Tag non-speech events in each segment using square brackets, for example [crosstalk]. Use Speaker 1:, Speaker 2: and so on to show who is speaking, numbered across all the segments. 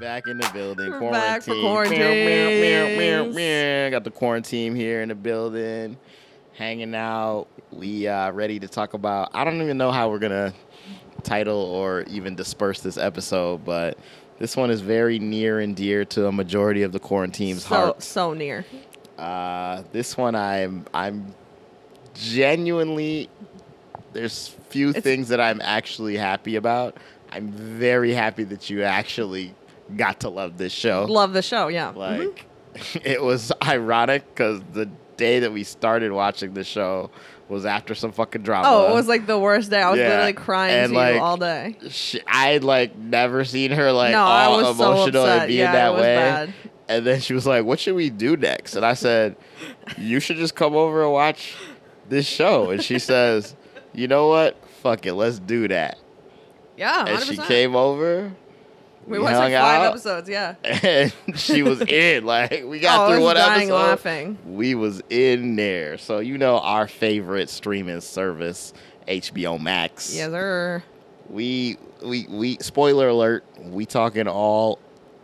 Speaker 1: back in the building.
Speaker 2: We're back for
Speaker 1: Meow, meow, meow, meow,
Speaker 2: quarantines.
Speaker 1: meow. Got the quarantine here in the building, hanging out. We uh, ready to talk about. I don't even know how we're gonna title or even disperse this episode, but this one is very near and dear to a majority of the quarantine's
Speaker 2: so
Speaker 1: hearts.
Speaker 2: so near.
Speaker 1: Uh, this one, I'm I'm genuinely there's few
Speaker 2: It's-
Speaker 1: things that I'm actually happy about. I'm very happy that you actually got to love this show.
Speaker 2: Love the show, yeah. Mhm.
Speaker 1: like [laughs] it was ironic because the day that we started watching the show was after some fucking drama.
Speaker 2: Oh, it was like the worst day. I was
Speaker 1: Yeah.
Speaker 2: literally crying
Speaker 1: And,
Speaker 2: to
Speaker 1: like,
Speaker 2: you all day.
Speaker 1: she, I had like never seen her like
Speaker 2: no, I
Speaker 1: all
Speaker 2: was so
Speaker 1: emotional
Speaker 2: upset.
Speaker 1: and being
Speaker 2: yeah,
Speaker 1: that
Speaker 2: it was
Speaker 1: way.
Speaker 2: bad.
Speaker 1: And then she was like, "What should we do next?" And I said, "You should just come over and watch this show." And
Speaker 2: [laughs]
Speaker 1: she says, "You know what? Fuck it, let's do that."
Speaker 2: Yeah, 100%.
Speaker 1: And she came over.
Speaker 2: we
Speaker 1: we
Speaker 2: watched like
Speaker 1: hung
Speaker 2: five
Speaker 1: out.
Speaker 2: episodes. Yeah.
Speaker 1: And [laughs] she was in. Like we got
Speaker 2: oh, I
Speaker 1: through
Speaker 2: was
Speaker 1: one
Speaker 2: dying
Speaker 1: episode.
Speaker 2: laughing.
Speaker 1: We was in there. So you know our favorite streaming service, HBO Max.
Speaker 2: Yes, sir.
Speaker 1: We we we spoiler alert, we talking all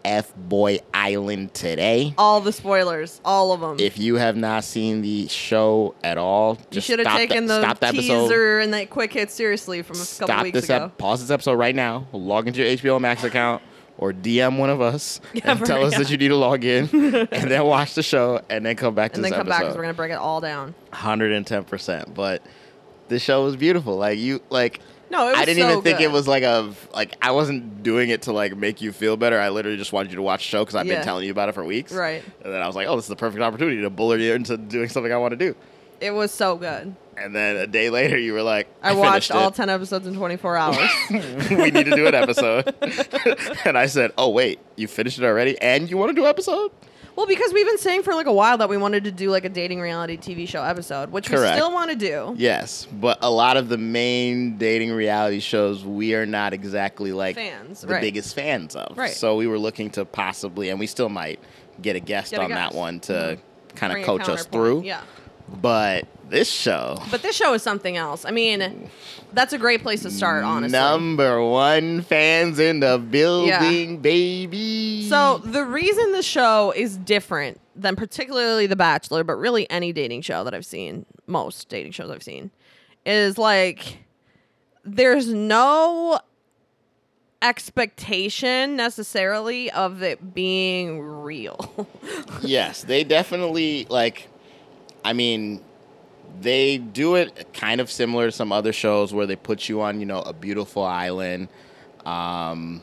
Speaker 1: F Boy Island today.
Speaker 2: All the spoilers, all of them.
Speaker 1: If you have not seen the show at all,
Speaker 2: you
Speaker 1: just
Speaker 2: should have
Speaker 1: stop
Speaker 2: taken
Speaker 1: the,
Speaker 2: the,
Speaker 1: stop the episode.
Speaker 2: teaser and that quick hit seriously from a couple
Speaker 1: Stop
Speaker 2: weeks
Speaker 1: this
Speaker 2: ago.
Speaker 1: ep- pause this episode right now. Log into your HBO Max account or DM one of
Speaker 2: [laughs]
Speaker 1: us
Speaker 2: Yeah,
Speaker 1: and tell
Speaker 2: right,
Speaker 1: us
Speaker 2: yeah.
Speaker 1: that you need to log
Speaker 2: [laughs]
Speaker 1: in and then watch the show and then come back to
Speaker 2: and
Speaker 1: this
Speaker 2: then come back because
Speaker 1: episode.
Speaker 2: we're gonna break it all down.
Speaker 1: 110%. But the show was beautiful. Like you like
Speaker 2: No, it was
Speaker 1: I didn't
Speaker 2: so
Speaker 1: even think it
Speaker 2: good.
Speaker 1: was like a like I wasn't doing it to like make you feel better. I literally just wanted you to watch the show because I've
Speaker 2: Yeah.
Speaker 1: been telling you about it for weeks.
Speaker 2: right.
Speaker 1: And then I was like, oh, this is the perfect opportunity to bullet you into doing something I want to do.
Speaker 2: It was so good.
Speaker 1: And then a day later, you were like,
Speaker 2: I,
Speaker 1: I, [laughs]
Speaker 2: watched all
Speaker 1: finished
Speaker 2: ten episodes in twenty
Speaker 1: [laughs]
Speaker 2: four hours.
Speaker 1: it. we need to do an episode. [laughs] and I said, oh wait, you finished it already, and you want to do episode?
Speaker 2: well, because we've been saying for like a while that we wanted to do like a dating reality TV show episode, which
Speaker 1: Correct.
Speaker 2: we still want to do.
Speaker 1: Yes, but a lot of the main dating reality shows we are not exactly like
Speaker 2: Fans,
Speaker 1: the
Speaker 2: right.
Speaker 1: biggest fans of.
Speaker 2: Right.
Speaker 1: So we were looking to possibly, and we still might get a guest
Speaker 2: Get a
Speaker 1: on that
Speaker 2: guest. Mm-hmm.
Speaker 1: one to kind of
Speaker 2: Bring a
Speaker 1: coach us
Speaker 2: counterpoint.
Speaker 1: through.
Speaker 2: Yeah.
Speaker 1: But this show.
Speaker 2: But this show is something else. I mean, that's a great place to start, honestly.
Speaker 1: Number one fans in the building, baby.
Speaker 2: So the reason the show is different than particularly The Bachelor, but really any dating show that I've seen, most dating shows I've seen, is like there's no expectation necessarily of it being real. [laughs]
Speaker 1: yes, they definitely like. I mean, they do it kind of similar to some other shows where they put you on, you know, a beautiful island, um,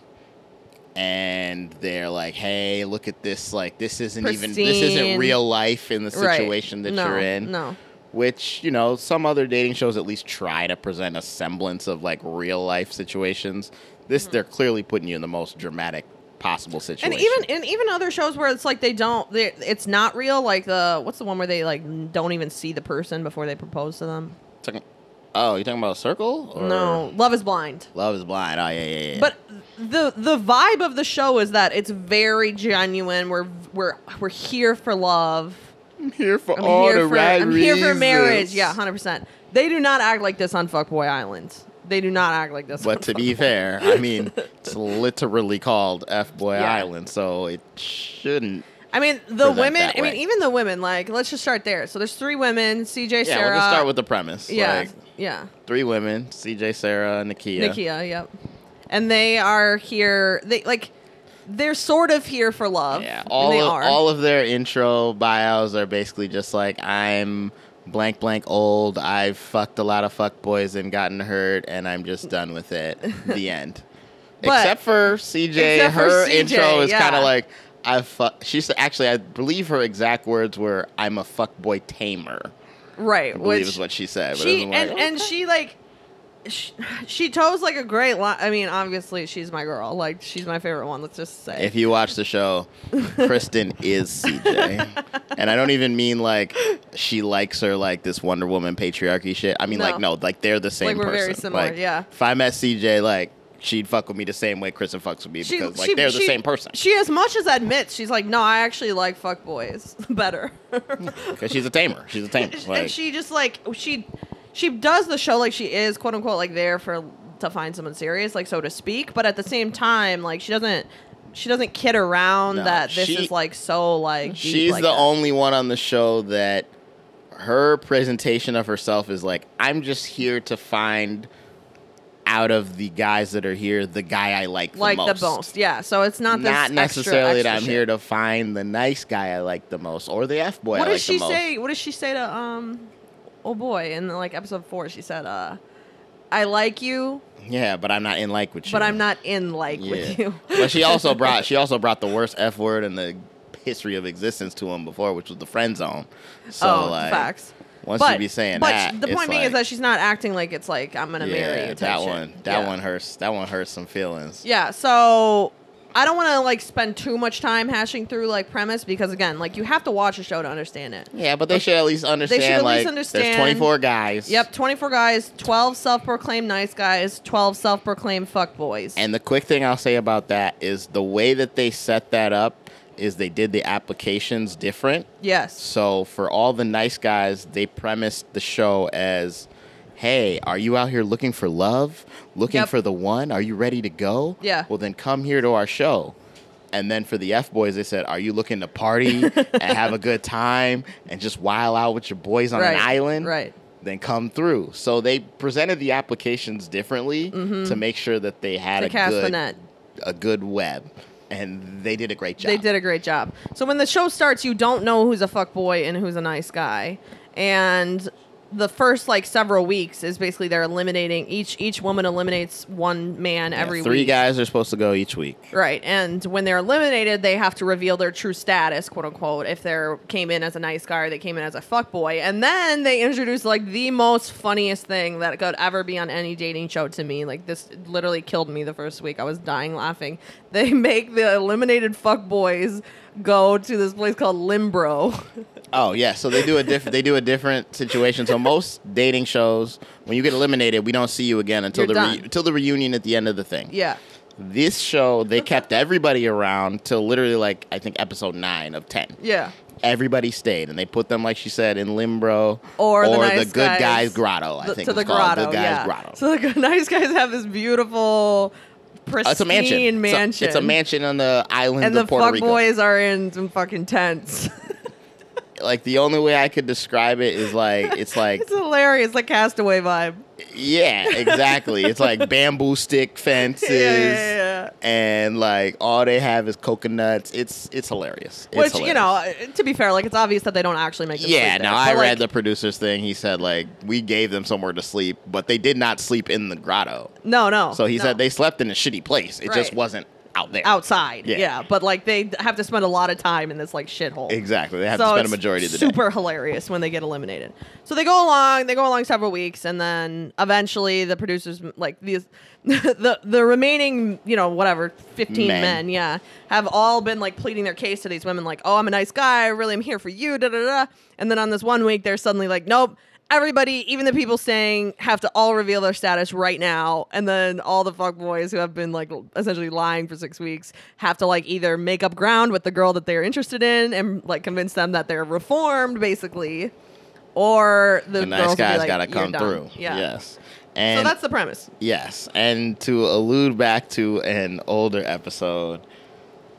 Speaker 1: and they're like, "Hey, look at this! Like, this isn't even this
Speaker 2: Pristine.
Speaker 1: isn't real life in the
Speaker 2: Right.
Speaker 1: situation that
Speaker 2: No,
Speaker 1: you're in."
Speaker 2: No.
Speaker 1: Which you know, some other dating shows at least try to present a semblance of like real life situations. This they're clearly putting you in the most dramatic possible situation.
Speaker 2: Hmm. And even and even other shows where it's like they don't they, it's not real like the what's the one where they like don't even see the person before they propose to them?
Speaker 1: Talking- oh, you're talking about Circle? Or
Speaker 2: No, Love is Blind.
Speaker 1: Love is Blind. Oh, yeah, yeah, yeah.
Speaker 2: But the the vibe of the show is that it's very genuine. We're we're we're here for love.
Speaker 1: I'm here for
Speaker 2: I'm
Speaker 1: all
Speaker 2: here
Speaker 1: the
Speaker 2: for
Speaker 1: right
Speaker 2: I'm
Speaker 1: reasons.
Speaker 2: here for marriage. Yeah, hundred percent. They do not act like this on Fuckboy Island. They do not act like this. on
Speaker 1: But to be
Speaker 2: Fuckboy-
Speaker 1: fair, I mean, it's literally called F Boy
Speaker 2: Yeah.
Speaker 1: Island, so it shouldn't.
Speaker 2: I mean the
Speaker 1: present
Speaker 2: women.
Speaker 1: that
Speaker 2: I mean
Speaker 1: way.
Speaker 2: even the women. Like let's just start there. So there's three women: CJ,
Speaker 1: Yeah,
Speaker 2: Sarah.
Speaker 1: we'll just start with the premise.
Speaker 2: yeah,
Speaker 1: Like,
Speaker 2: yeah,
Speaker 1: three women CJ, Sarah, and Nakia.
Speaker 2: Nikia. Yep. And they are here. They like they're sort of here for love.
Speaker 1: Yeah,
Speaker 2: and
Speaker 1: all
Speaker 2: they
Speaker 1: of,
Speaker 2: are.
Speaker 1: all of their intro bios are basically just like I'm blank blank old. I've fucked a lot of fuck boys and gotten hurt, and I'm
Speaker 2: [laughs]
Speaker 1: just done with it. the end.
Speaker 2: But-
Speaker 1: except for CJ,
Speaker 2: Except for
Speaker 1: her
Speaker 2: CJ,
Speaker 1: intro is
Speaker 2: yeah.
Speaker 1: kind of like I fuck. She's actually I believe her exact words were I'm a fuck boy tamer.
Speaker 2: right.
Speaker 1: I believe
Speaker 2: which-
Speaker 1: is what she said. But
Speaker 2: she
Speaker 1: it
Speaker 2: and,
Speaker 1: was like,
Speaker 2: and
Speaker 1: okay.
Speaker 2: she like she, she toes like a great line. I mean, obviously she's my girl. Like she's my favorite one. Let's just say.
Speaker 1: If you watch the show, Kristen is
Speaker 2: [laughs]
Speaker 1: CJ. And I don't even mean like she likes her like this Wonder Woman patriarchy shit. I mean
Speaker 2: No.
Speaker 1: like no, like they're the same
Speaker 2: Like, we're
Speaker 1: person.
Speaker 2: very similar,
Speaker 1: Like,
Speaker 2: yeah.
Speaker 1: If I met CJ, like she'd fuck with me the same way Kristen fucks with me because like they're the
Speaker 2: she-
Speaker 1: same person.
Speaker 2: She as much as admits she's like, no, I actually like fuck boys [laughs]
Speaker 1: [laughs]
Speaker 2: better.
Speaker 1: Because she's a tamer. She's a tamer. Like,
Speaker 2: [laughs] and she just like she she does the show like she is quote unquote like there for to find someone serious, like so to speak. But at the same time, like she doesn't She doesn't kid around
Speaker 1: No,
Speaker 2: that this
Speaker 1: she-
Speaker 2: is like so like. deep
Speaker 1: She's
Speaker 2: like
Speaker 1: the
Speaker 2: that.
Speaker 1: only one on the show that her presentation of herself is like, I'm just here to find out of the guys that are here the guy I like the
Speaker 2: like
Speaker 1: most.
Speaker 2: the most. Yeah, so it's not this
Speaker 1: Not
Speaker 2: extra,
Speaker 1: necessarily that
Speaker 2: extra
Speaker 1: I'm
Speaker 2: shit.
Speaker 1: here to find the nice guy I like the most or the F boy I
Speaker 2: what
Speaker 1: like
Speaker 2: does she
Speaker 1: the most.
Speaker 2: say? What does she say to um, oh boy, in like episode four? She said, "Uh, I like you,
Speaker 1: Yeah, but I'm not in like with you.
Speaker 2: but I'm not in like with
Speaker 1: Yeah.
Speaker 2: you."
Speaker 1: but she also brought she also brought the worst F word in the history of existence to him before, which was the friend zone. So
Speaker 2: [laughs] oh,
Speaker 1: like
Speaker 2: facts.
Speaker 1: once
Speaker 2: but
Speaker 1: you be saying
Speaker 2: but
Speaker 1: that,
Speaker 2: the
Speaker 1: it's
Speaker 2: point being is
Speaker 1: like-
Speaker 2: that she's not acting like it's like I'm gonna marry you. type
Speaker 1: that
Speaker 2: shit.
Speaker 1: one that
Speaker 2: Yeah.
Speaker 1: one hurts that one hurts some feelings
Speaker 2: Yeah, so I don't want to like spend too much time hashing through like premise because again, like you have to watch a show to understand it.
Speaker 1: yeah but they should at least understand
Speaker 2: at least
Speaker 1: like there's
Speaker 2: understand-
Speaker 1: 24 guys
Speaker 2: Yep, 24 guys, 12 self-proclaimed nice guys, 12 self-proclaimed fuck boys.
Speaker 1: and the quick thing i'll say about that is the way that they set that up is they did the applications different
Speaker 2: yes.
Speaker 1: so for all the nice guys they premised the show as hey are you out here looking for love looking
Speaker 2: Yep.
Speaker 1: for the one are you ready to go
Speaker 2: Yeah.
Speaker 1: well then come here to our show and then for the F boys, they said, "Are you looking to
Speaker 2: [laughs]
Speaker 1: party and have a good time and just while out with your boys on
Speaker 2: Right,
Speaker 1: an island?"
Speaker 2: right.
Speaker 1: Then come through. So they presented the applications differently to make sure that they had
Speaker 2: Mm-hmm. To
Speaker 1: a
Speaker 2: cast the
Speaker 1: good
Speaker 2: net.
Speaker 1: a good web, and they did a great job.
Speaker 2: They did a great job. So when the show starts, you don't know who's a fuck boy and who's a nice guy. And the first like several weeks is basically they're eliminating each each woman eliminates one man
Speaker 1: Yeah,
Speaker 2: every
Speaker 1: three
Speaker 2: week.
Speaker 1: guys are supposed to go each week.
Speaker 2: Right. And when they're eliminated, they have to reveal their true status, quote unquote, if they are came in as a nice guy or they came in as a fuckboy. And then they introduce like the most funniest thing that could ever be on any dating show to me. Like this literally killed me the first week. I was dying laughing. [laughs] They make the eliminated fuckboys go to this place called Limbro. [laughs]
Speaker 1: Oh yeah, so they do a different they do a different situation. So most dating shows, when you get eliminated, we don't see you again until
Speaker 2: You're
Speaker 1: the re-
Speaker 2: done.
Speaker 1: until the reunion at the end of the thing.
Speaker 2: yeah.
Speaker 1: This show, they kept everybody around till literally like I think episode nine of ten.
Speaker 2: Yeah.
Speaker 1: everybody stayed, and they put them, like she said, in Limbro
Speaker 2: Or the nice
Speaker 1: good
Speaker 2: guys-
Speaker 1: guys grotto. I
Speaker 2: The-
Speaker 1: think
Speaker 2: to
Speaker 1: it's
Speaker 2: the
Speaker 1: called
Speaker 2: grotto.
Speaker 1: good guys
Speaker 2: yeah.
Speaker 1: grotto.
Speaker 2: So the [laughs] nice guys have this beautiful, pristine
Speaker 1: Uh, it's a mansion. It's a- It's,
Speaker 2: mansion.
Speaker 1: a, mansion on the island
Speaker 2: and the
Speaker 1: of Puerto
Speaker 2: fuck
Speaker 1: Rico.
Speaker 2: boys are in some fucking tents. [laughs]
Speaker 1: Like the only way I could describe it is
Speaker 2: [laughs]
Speaker 1: like it's like
Speaker 2: it's hilarious, the castaway vibe.
Speaker 1: yeah, exactly. It's like bamboo stick fences.
Speaker 2: Yeah, yeah, yeah.
Speaker 1: And like all they have is coconuts. It's it's hilarious. It's
Speaker 2: Which you
Speaker 1: hilarious.
Speaker 2: know, uh, to be fair, like it's obvious that they don't actually make. Them
Speaker 1: Yeah,
Speaker 2: sleep
Speaker 1: no,
Speaker 2: there.
Speaker 1: I
Speaker 2: But,
Speaker 1: read the
Speaker 2: like,
Speaker 1: producer's thing. He said like we gave them somewhere to sleep, but they did not sleep in the grotto.
Speaker 2: No, no.
Speaker 1: So he
Speaker 2: no.
Speaker 1: said they slept in a shitty place. It just
Speaker 2: Right.
Speaker 1: wasn't out there.
Speaker 2: outside.
Speaker 1: Yeah.
Speaker 2: Yeah. but like they have to spend a lot of time in this like shithole.
Speaker 1: Exactly. They have to
Speaker 2: So
Speaker 1: spend a
Speaker 2: it's
Speaker 1: majority of the day.
Speaker 2: super hilarious when they get eliminated. So they go along, they go along several weeks, and then eventually the producers like these, [laughs] the the remaining you know whatever fifteen
Speaker 1: Men.
Speaker 2: men. yeah, have all been like pleading their case to these women like, oh, I'm a nice guy, I really am here for you, da da da. And then on this one week, they're suddenly like, nope. Everybody, even the people saying, have to all reveal their status right now, and then all the fuckboys who have been like essentially lying for six weeks have to like either make up ground with the girl that they're interested in and like convince them that they're reformed, basically, or the,
Speaker 1: The nice
Speaker 2: girls
Speaker 1: guy's
Speaker 2: got
Speaker 1: gotta
Speaker 2: to
Speaker 1: come through.
Speaker 2: Yeah.
Speaker 1: Yes. And
Speaker 2: so that's the premise.
Speaker 1: yes. And to allude back to an older episode,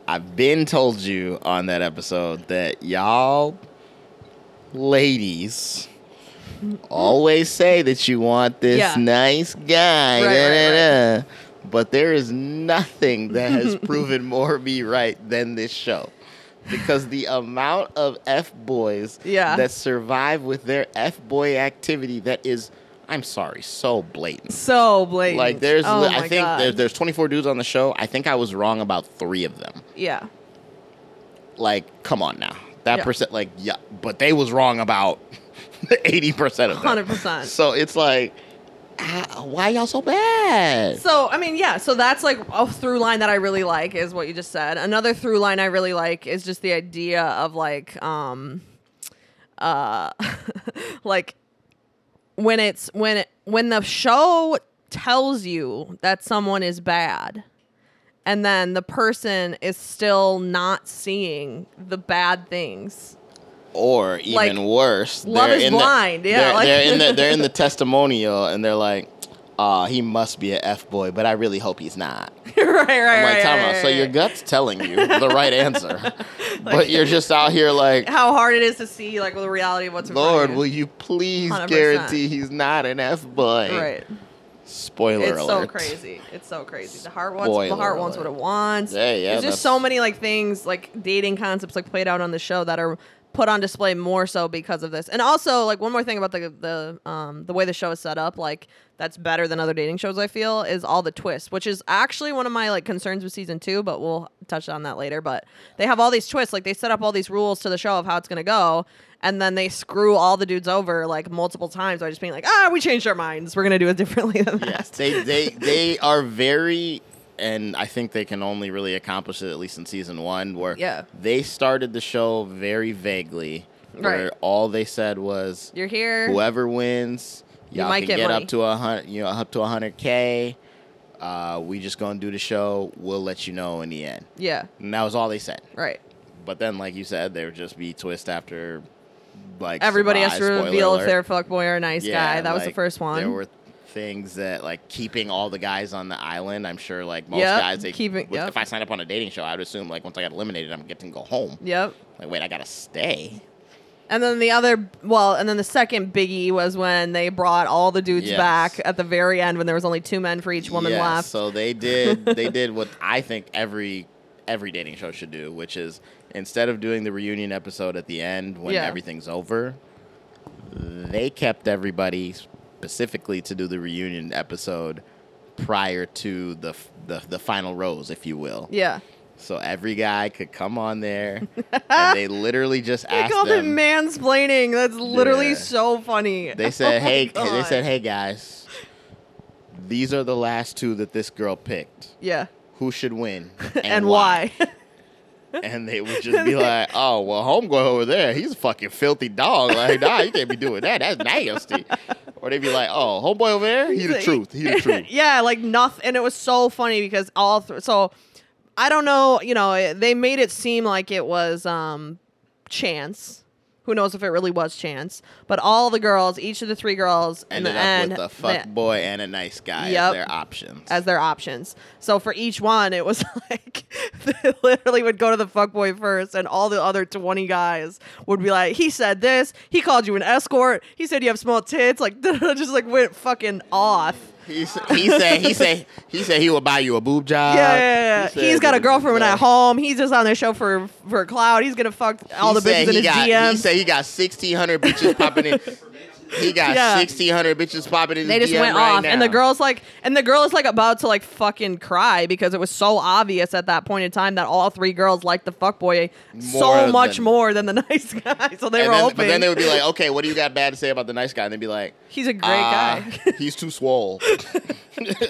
Speaker 1: I've been told you on that episode that y'all ladies always say that you want this
Speaker 2: Yeah.
Speaker 1: nice guy.
Speaker 2: Right,
Speaker 1: da,
Speaker 2: right,
Speaker 1: da, da. But there is nothing that
Speaker 2: [laughs]
Speaker 1: has proven more me right than this show. Because the amount of F boys
Speaker 2: Yeah.
Speaker 1: that survive with their F boy activity that is, I'm sorry, so blatant.
Speaker 2: So blatant.
Speaker 1: Like there's,
Speaker 2: oh
Speaker 1: li-
Speaker 2: my
Speaker 1: I think
Speaker 2: God.
Speaker 1: there, there's 24 dudes on the show. I think I was wrong about three of them.
Speaker 2: yeah,
Speaker 1: Like, come on now, that
Speaker 2: Yeah.
Speaker 1: percent, like, yeah, but they was wrong about [laughs] 80 percent of them.
Speaker 2: hundred percent.
Speaker 1: So it's like, ah, why y'all so bad?
Speaker 2: So I mean, yeah. So that's like a through line that I really like is what you just said. Another through line I really like is just the idea of like, um, uh, [laughs] like when it's when it, when the show tells you that someone is bad, and then the person is still not seeing the bad things. [laughs]
Speaker 1: or even
Speaker 2: Like,
Speaker 1: worse,
Speaker 2: Love
Speaker 1: they're
Speaker 2: is
Speaker 1: in the-
Speaker 2: blind, yeah,
Speaker 1: they're,
Speaker 2: like- [laughs]
Speaker 1: they're in the they're in the testimonial, and they're like, uh, he must be an F boy, but I really hope he's not. I'm
Speaker 2: right, right, right.
Speaker 1: like, time
Speaker 2: right,
Speaker 1: out. So
Speaker 2: right,
Speaker 1: your
Speaker 2: right.
Speaker 1: gut's telling you the right
Speaker 2: [laughs]
Speaker 1: answer, but you're just out here like,
Speaker 2: How hard it is to see like the reality of what's in front of
Speaker 1: Lord,
Speaker 2: you.
Speaker 1: will you please
Speaker 2: 100%.
Speaker 1: guarantee he's not an F boy?
Speaker 2: Right.
Speaker 1: Spoiler
Speaker 2: It's
Speaker 1: alert.
Speaker 2: so crazy. It's so crazy. The heart wants the
Speaker 1: Spoiler
Speaker 2: heart wants what it
Speaker 1: alert.
Speaker 2: wants.
Speaker 1: Yeah, yeah,
Speaker 2: There's just
Speaker 1: that's-
Speaker 2: so many like things like dating concepts like played out on the show that are put on display more so because of this. And also like one more thing about the the um the way the show is set up like that's better than other dating shows I feel is all the twists, which is actually one of my like concerns with season 2, but we'll touch on that later, but they have all these twists like they set up all these rules to the show of how it's going to go. And then they screw all the dudes over like multiple times by just being like, ah, we changed our minds. We're gonna do it differently than that.
Speaker 1: Yes, they they
Speaker 2: [laughs]
Speaker 1: they are very, and I think they can only really accomplish it at least in season one, where
Speaker 2: Yeah.
Speaker 1: they started the show very vaguely, where
Speaker 2: Right.
Speaker 1: all they said was
Speaker 2: You're here.
Speaker 1: whoever wins,
Speaker 2: You
Speaker 1: y'all
Speaker 2: might
Speaker 1: can
Speaker 2: get
Speaker 1: get,
Speaker 2: money.
Speaker 1: up to a hundred, you know, up to a hundred k. Uh, we just gonna do the show. We'll let you know in the end.
Speaker 2: Yeah.
Speaker 1: And that was all they said.
Speaker 2: Right.
Speaker 1: But then, like you said, there would just be twist after, like
Speaker 2: Everybody has to
Speaker 1: surprise, spoiler
Speaker 2: reveal if
Speaker 1: alert.
Speaker 2: they're a fuckboy or a nice guy. That was the
Speaker 1: like,
Speaker 2: first one.
Speaker 1: There were things that like keeping all the guys on the island. I'm sure like most
Speaker 2: Yep,
Speaker 1: guys they
Speaker 2: keeping-
Speaker 1: would-
Speaker 2: yep.
Speaker 1: If I signed up on a dating show, I would assume like once I got eliminated, I'm getting to go home.
Speaker 2: yep.
Speaker 1: Like wait, I gotta stay.
Speaker 2: And then the other, well, and then the second biggie was when they brought all the dudes
Speaker 1: Yes.
Speaker 2: back at the very end when there was only two men for each woman
Speaker 1: Yeah,
Speaker 2: left.
Speaker 1: So they did they did what I think every every dating show should do, which is instead of doing the reunion episode at the end when
Speaker 2: Yeah.
Speaker 1: everything's over, they kept everybody specifically to do the reunion episode prior to the f- the, the final rose, if you will.
Speaker 2: yeah.
Speaker 1: So every guy could come on
Speaker 2: [laughs]
Speaker 1: there, and they literally just
Speaker 2: They
Speaker 1: asked
Speaker 2: called it
Speaker 1: them.
Speaker 2: mansplaining. That's literally
Speaker 1: Yeah.
Speaker 2: so funny.
Speaker 1: They said,
Speaker 2: [laughs] Oh my
Speaker 1: "Hey," they
Speaker 2: God.
Speaker 1: said, "Hey guys, these are the last two that this girl picked.
Speaker 2: yeah.
Speaker 1: Who should
Speaker 2: [laughs]
Speaker 1: win and,
Speaker 2: And, why?
Speaker 1: [laughs] And they would
Speaker 2: [laughs]
Speaker 1: just be like, "Oh, well, homegirl over there, he's a fucking filthy dog. Like, nah, you can't be doing that. That's nasty." Or they'd be like, "Oh, homeboy over there, he the truth. He the
Speaker 2: [laughs]
Speaker 1: truth."
Speaker 2: yeah, like nothing. And it was so funny because all th- so I don't know, you know, it- they made it seem like it was um chance. Who knows if it really was chance? But all the girls, each of the three girls, in
Speaker 1: Ended
Speaker 2: the
Speaker 1: up
Speaker 2: end,
Speaker 1: with a
Speaker 2: they-
Speaker 1: fuck boy and a nice guy
Speaker 2: Yep.
Speaker 1: as their options.
Speaker 2: as their options. So for each one, it was [laughs] like they literally would go to the fuckboy first, and all the other 20 guys would be like, he said this, he called you an escort, he said you have small tits, like [laughs] just like went fucking off.
Speaker 1: He said, he said, he said, he said he would buy you a boob job.
Speaker 2: Yeah, yeah, yeah.
Speaker 1: Uh, said
Speaker 2: He's got a
Speaker 1: that-
Speaker 2: girlfriend
Speaker 1: yeah.
Speaker 2: at home. He's just on the show for for cloud. He's gonna fuck all
Speaker 1: He
Speaker 2: the bitches
Speaker 1: said
Speaker 2: in
Speaker 1: he
Speaker 2: his
Speaker 1: got, He
Speaker 2: DMs.
Speaker 1: said he got sixteen hundred bitches popping
Speaker 2: [laughs]
Speaker 1: in. He got
Speaker 2: Yeah.
Speaker 1: sixteen hundred bitches popping in. his
Speaker 2: They just
Speaker 1: DM
Speaker 2: went
Speaker 1: right
Speaker 2: off, and the
Speaker 1: now.
Speaker 2: girl's like, and the girl is like about to like fucking cry because it was so obvious at that point in time that all three girls liked the fuckboy so
Speaker 1: More
Speaker 2: much
Speaker 1: than-
Speaker 2: more than the [laughs] nice guy. So they
Speaker 1: And
Speaker 2: were
Speaker 1: then,
Speaker 2: hoping.
Speaker 1: but then they would be like, "Okay, what do you got bad to say about the nice guy?" And they'd be like,
Speaker 2: he's a great
Speaker 1: "Ah,
Speaker 2: guy. [laughs]
Speaker 1: [laughs] he's too swole."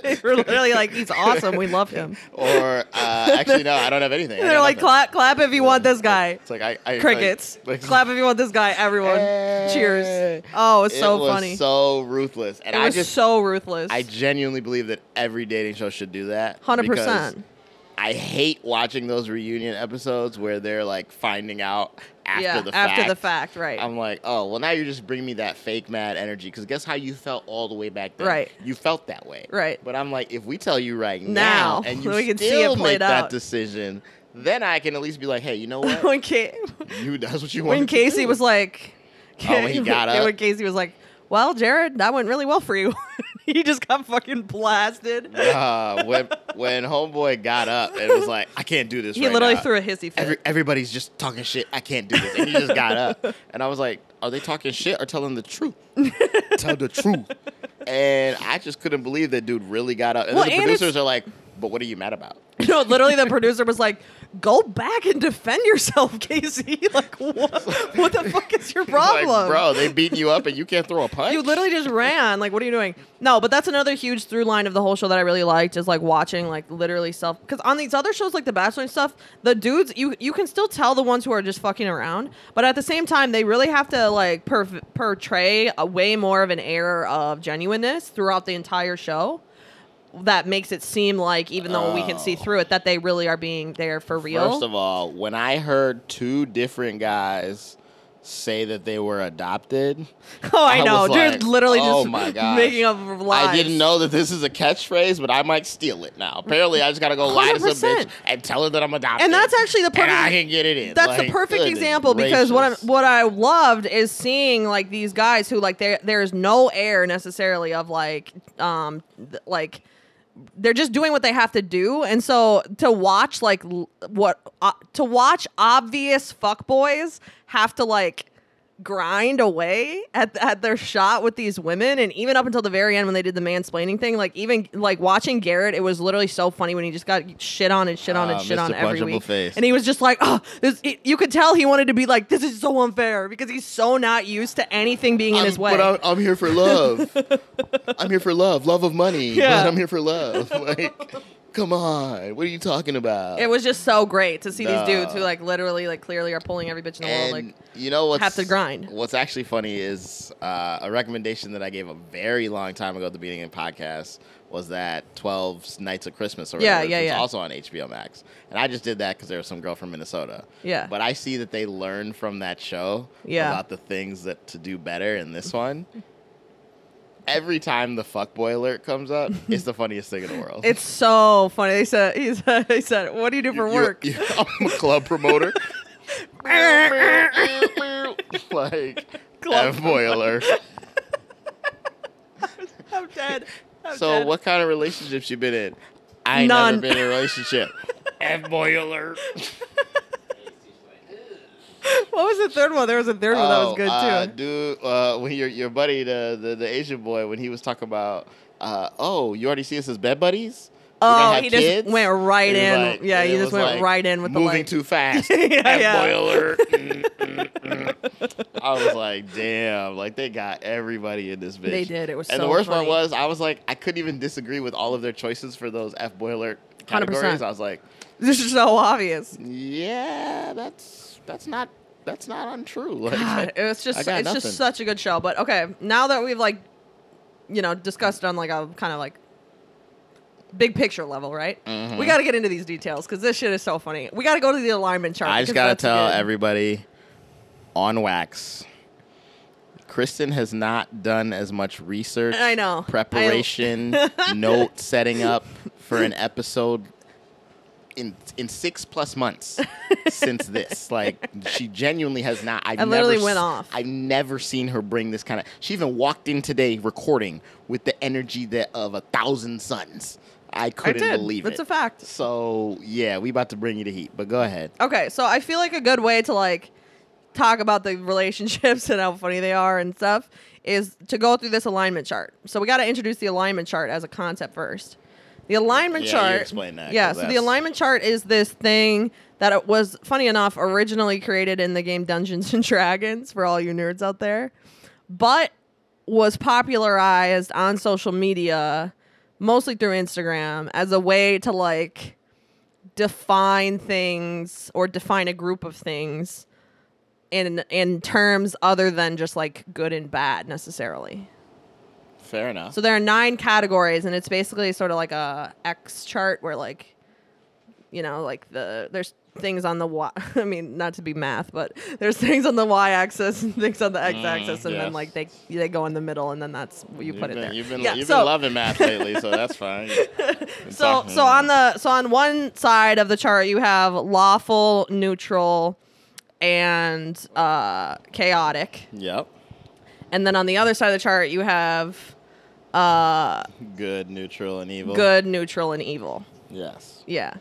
Speaker 2: they were literally like, he's awesome. We
Speaker 1: [laughs]
Speaker 2: love him.
Speaker 1: or
Speaker 2: [laughs]
Speaker 1: uh, actually, no, I don't have anything. I
Speaker 2: And they're
Speaker 1: got
Speaker 2: like,
Speaker 1: nothing.
Speaker 2: clap, clap if you want this guy.
Speaker 1: [laughs] It's like I, I like-
Speaker 2: Crickets.
Speaker 1: [laughs] like-
Speaker 2: clap if you want this guy.
Speaker 1: [laughs]
Speaker 2: Everyone. Cheers.
Speaker 1: Hey.
Speaker 2: Oh, it's
Speaker 1: It
Speaker 2: so
Speaker 1: was
Speaker 2: funny.
Speaker 1: so ruthless, and
Speaker 2: It
Speaker 1: I
Speaker 2: was
Speaker 1: just
Speaker 2: so ruthless.
Speaker 1: I genuinely believe that every dating show should do that.
Speaker 2: Hundred
Speaker 1: because
Speaker 2: percent.
Speaker 1: I hate watching those reunion episodes where they're like finding out after
Speaker 2: yeah,
Speaker 1: the fact.
Speaker 2: after the fact, right?
Speaker 1: I'm like, oh, well, now you're just bringing me that fake mad energy because guess how you felt all the way back then.
Speaker 2: Right.
Speaker 1: You felt that way.
Speaker 2: Right.
Speaker 1: But I'm like, if we tell you right
Speaker 2: Now, [laughs]
Speaker 1: now, and you
Speaker 2: we can see it
Speaker 1: still
Speaker 2: played
Speaker 1: make
Speaker 2: out.
Speaker 1: that decision, then I can at least be like, hey, you know what?
Speaker 2: [laughs] when, Ca-
Speaker 1: you that's what you want.
Speaker 2: when Casey was like,
Speaker 1: Oh, when he
Speaker 2: [laughs]
Speaker 1: got up?
Speaker 2: when Casey was like, "Well, Jared, that went really well for you." [laughs] he just got fucking blasted.
Speaker 1: uh, when when homeboy got up and was like, I can't do this.
Speaker 2: he
Speaker 1: right
Speaker 2: literally
Speaker 1: now.
Speaker 2: threw a hissy fit.
Speaker 1: Every, everybody's just talking shit. I can't do this. And he just got
Speaker 2: [laughs]
Speaker 1: up. And I was like, are they talking shit or telling the truth? Tell the truth. And I just couldn't believe that dude really got up. And
Speaker 2: Well,
Speaker 1: then the
Speaker 2: and
Speaker 1: producers
Speaker 2: it's-
Speaker 1: are like, but what are you mad about?
Speaker 2: [laughs] no, literally, the producer was like, "Go back and defend yourself, [laughs] Casey.
Speaker 1: [laughs]
Speaker 2: like, what? What the fuck is your problem,
Speaker 1: Like, bro, they beating you up and you can't throw a punch?
Speaker 2: You literally just ran. Like, what are you doing? No, but that's another huge through line of the whole show that I really liked is like watching like literally self. Because on these other shows like The Bachelor and stuff, the dudes you you can still tell the ones who are just fucking around, but at the same time they really have to like perv- portray a way more of an air of genuineness throughout the entire show. That makes it seem like even though we can see
Speaker 1: Oh.
Speaker 2: through it that they really are being there for real.
Speaker 1: First of all, when I heard two different guys say that they were adopted.
Speaker 2: [laughs] Oh, I,
Speaker 1: I
Speaker 2: know.
Speaker 1: was like,
Speaker 2: Dude, literally just
Speaker 1: "Oh my gosh."
Speaker 2: [laughs] making up lies.
Speaker 1: I didn't know that this is a catchphrase, but I might steal it now. Apparently, I just gotta go lie to some bitch
Speaker 2: 100%.
Speaker 1: and tell her that I'm adopted.
Speaker 2: And that's actually the perfect.
Speaker 1: And I can get it in.
Speaker 2: That's
Speaker 1: Like,
Speaker 2: the perfect
Speaker 1: goodness
Speaker 2: example because what I
Speaker 1: gracious.
Speaker 2: what I loved is seeing like these guys who like there there is no air necessarily of like um th- like they're just doing what they have to do and so to watch like l- what uh, to watch obvious fuckboys have to like grind away at, at their shot with these women and even up until the very end when they did the mansplaining thing like even like watching garrett it was literally so funny when he just got shit on and shit on and
Speaker 1: Ah,
Speaker 2: shit on
Speaker 1: Mr.
Speaker 2: every
Speaker 1: Punchable
Speaker 2: week
Speaker 1: Face.
Speaker 2: and he was just like oh this, it- you could tell he wanted to be like this is so unfair because he's so not used to anything being in his
Speaker 1: I'm-
Speaker 2: way
Speaker 1: Um, But I'm, I'm here for
Speaker 2: [laughs]
Speaker 1: love. I'm here for love, love of money.
Speaker 2: Yeah.
Speaker 1: But I'm here for love. [laughs] Like, come on, what are you talking about?
Speaker 2: it was just so great to see
Speaker 1: No.
Speaker 2: these dudes who like literally like clearly are pulling every bitch in the
Speaker 1: and
Speaker 2: world like
Speaker 1: you know what's
Speaker 2: have to grind.
Speaker 1: What's actually funny is uh, a recommendation that I gave a very long time ago at the beginning of the podcast was that Twelve Nights of Christmas or
Speaker 2: Yeah,
Speaker 1: whatever,
Speaker 2: yeah,
Speaker 1: which is
Speaker 2: yeah.
Speaker 1: also on HBO Max, and I just did that because there was some girl from Minnesota.
Speaker 2: Yeah.
Speaker 1: but I see that they learned from that show
Speaker 2: Yeah.
Speaker 1: about the things that to do better in this one. Every time the fuckboy alert comes
Speaker 2: [laughs]
Speaker 1: up, it's the funniest thing in the world.
Speaker 2: it's so funny they said he said, [laughs] he said what do you do for
Speaker 1: You- you-
Speaker 2: work
Speaker 1: you- [laughs] I'm a club
Speaker 2: [laughs]
Speaker 1: promoter. like
Speaker 2: Club
Speaker 1: F
Speaker 2: [laughs]
Speaker 1: boiler.
Speaker 2: [laughs] i'm dead I'm
Speaker 1: So
Speaker 2: dead.
Speaker 1: what kind of relationships you been in? I ain't never
Speaker 2: None.
Speaker 1: been in a relationship. F boiler.
Speaker 2: What was the third one? There was a third one that was good too.
Speaker 1: Uh, dude, uh, when your your buddy, the, the the Asian boy, when he was talking about, uh, oh, you already see us as bed buddies. We're gonna
Speaker 2: Oh,
Speaker 1: have
Speaker 2: he just
Speaker 1: kids?"
Speaker 2: went right
Speaker 1: It was
Speaker 2: in. Yeah, he
Speaker 1: it
Speaker 2: just
Speaker 1: was
Speaker 2: went right in with the,
Speaker 1: moving
Speaker 2: like-
Speaker 1: too fast.
Speaker 2: [laughs] Yeah,
Speaker 1: F
Speaker 2: yeah. [laughs]
Speaker 1: boiler. Mm, mm, mm. I was like, damn, like they got everybody in this bitch.
Speaker 2: They did. It was
Speaker 1: And
Speaker 2: so
Speaker 1: the worst
Speaker 2: funny.
Speaker 1: part was, I was like, I couldn't even disagree with all of their choices for those F boiler categories.
Speaker 2: 100%.
Speaker 1: I was like,
Speaker 2: this is so obvious.
Speaker 1: yeah, that's that's not that's not untrue. [laughs] Like,
Speaker 2: God, [laughs] it was just
Speaker 1: I
Speaker 2: it's
Speaker 1: got nothing.
Speaker 2: just such a good show. But okay, now that we've like, you know, discussed on like a kind of like big picture level, right?
Speaker 1: Mm-hmm.
Speaker 2: We got to get into these details because this shit is so funny. We got to go to the alignment chart.
Speaker 1: I just
Speaker 2: because
Speaker 1: gotta
Speaker 2: that's
Speaker 1: tell
Speaker 2: good.
Speaker 1: everybody on wax. Kristen has not done as much research,
Speaker 2: I know. I-
Speaker 1: preparation,
Speaker 2: [laughs]
Speaker 1: note setting up for an episode in in six plus months since
Speaker 2: [laughs]
Speaker 1: this. Like she genuinely has not. I've
Speaker 2: I literally
Speaker 1: never
Speaker 2: went
Speaker 1: s-
Speaker 2: off.
Speaker 1: I've never seen her bring this kind of. She even walked in today recording with the energy that of a thousand suns. I
Speaker 2: I
Speaker 1: couldn't
Speaker 2: did.
Speaker 1: believe
Speaker 2: That's
Speaker 1: it.
Speaker 2: a fact.
Speaker 1: So yeah, we about to bring you the heat, but go ahead.
Speaker 2: Okay, so I feel like a good way to like talk about the [laughs] relationships and how funny they are and stuff is to go through this alignment chart. So we got to introduce the alignment chart as a concept first. The alignment
Speaker 1: Yeah, you
Speaker 2: chart.
Speaker 1: explain that,
Speaker 2: Yeah,
Speaker 1: 'cause
Speaker 2: so the
Speaker 1: that's-
Speaker 2: alignment chart is this thing that it was funny enough originally created in the game Dungeons and [laughs] Dragons for all you nerds out there, but was popularized on social media mostly through Instagram as a way to like define things or define a group of things in in terms other than just like good and bad necessarily.
Speaker 1: Fair enough.
Speaker 2: So there are nine categories and it's basically sort of like a X chart where like you know like the there's things on the y [laughs] I mean not to be math but there's things on the y axis and things on the x axis and then
Speaker 1: Mm, yes.
Speaker 2: like they they go in the middle and then that's what you
Speaker 1: You've
Speaker 2: put
Speaker 1: been,
Speaker 2: it there.
Speaker 1: You've been,
Speaker 2: Yeah,
Speaker 1: you've
Speaker 2: so-
Speaker 1: been loving math lately, so that's
Speaker 2: [laughs]
Speaker 1: fine.
Speaker 2: So so on the so on one side of the chart you have lawful, neutral, and uh, chaotic,
Speaker 1: Yep.
Speaker 2: and then on the other side of the chart you have uh,
Speaker 1: Good, neutral, and evil.
Speaker 2: good, neutral, and evil.
Speaker 1: Yes.
Speaker 2: Yeah,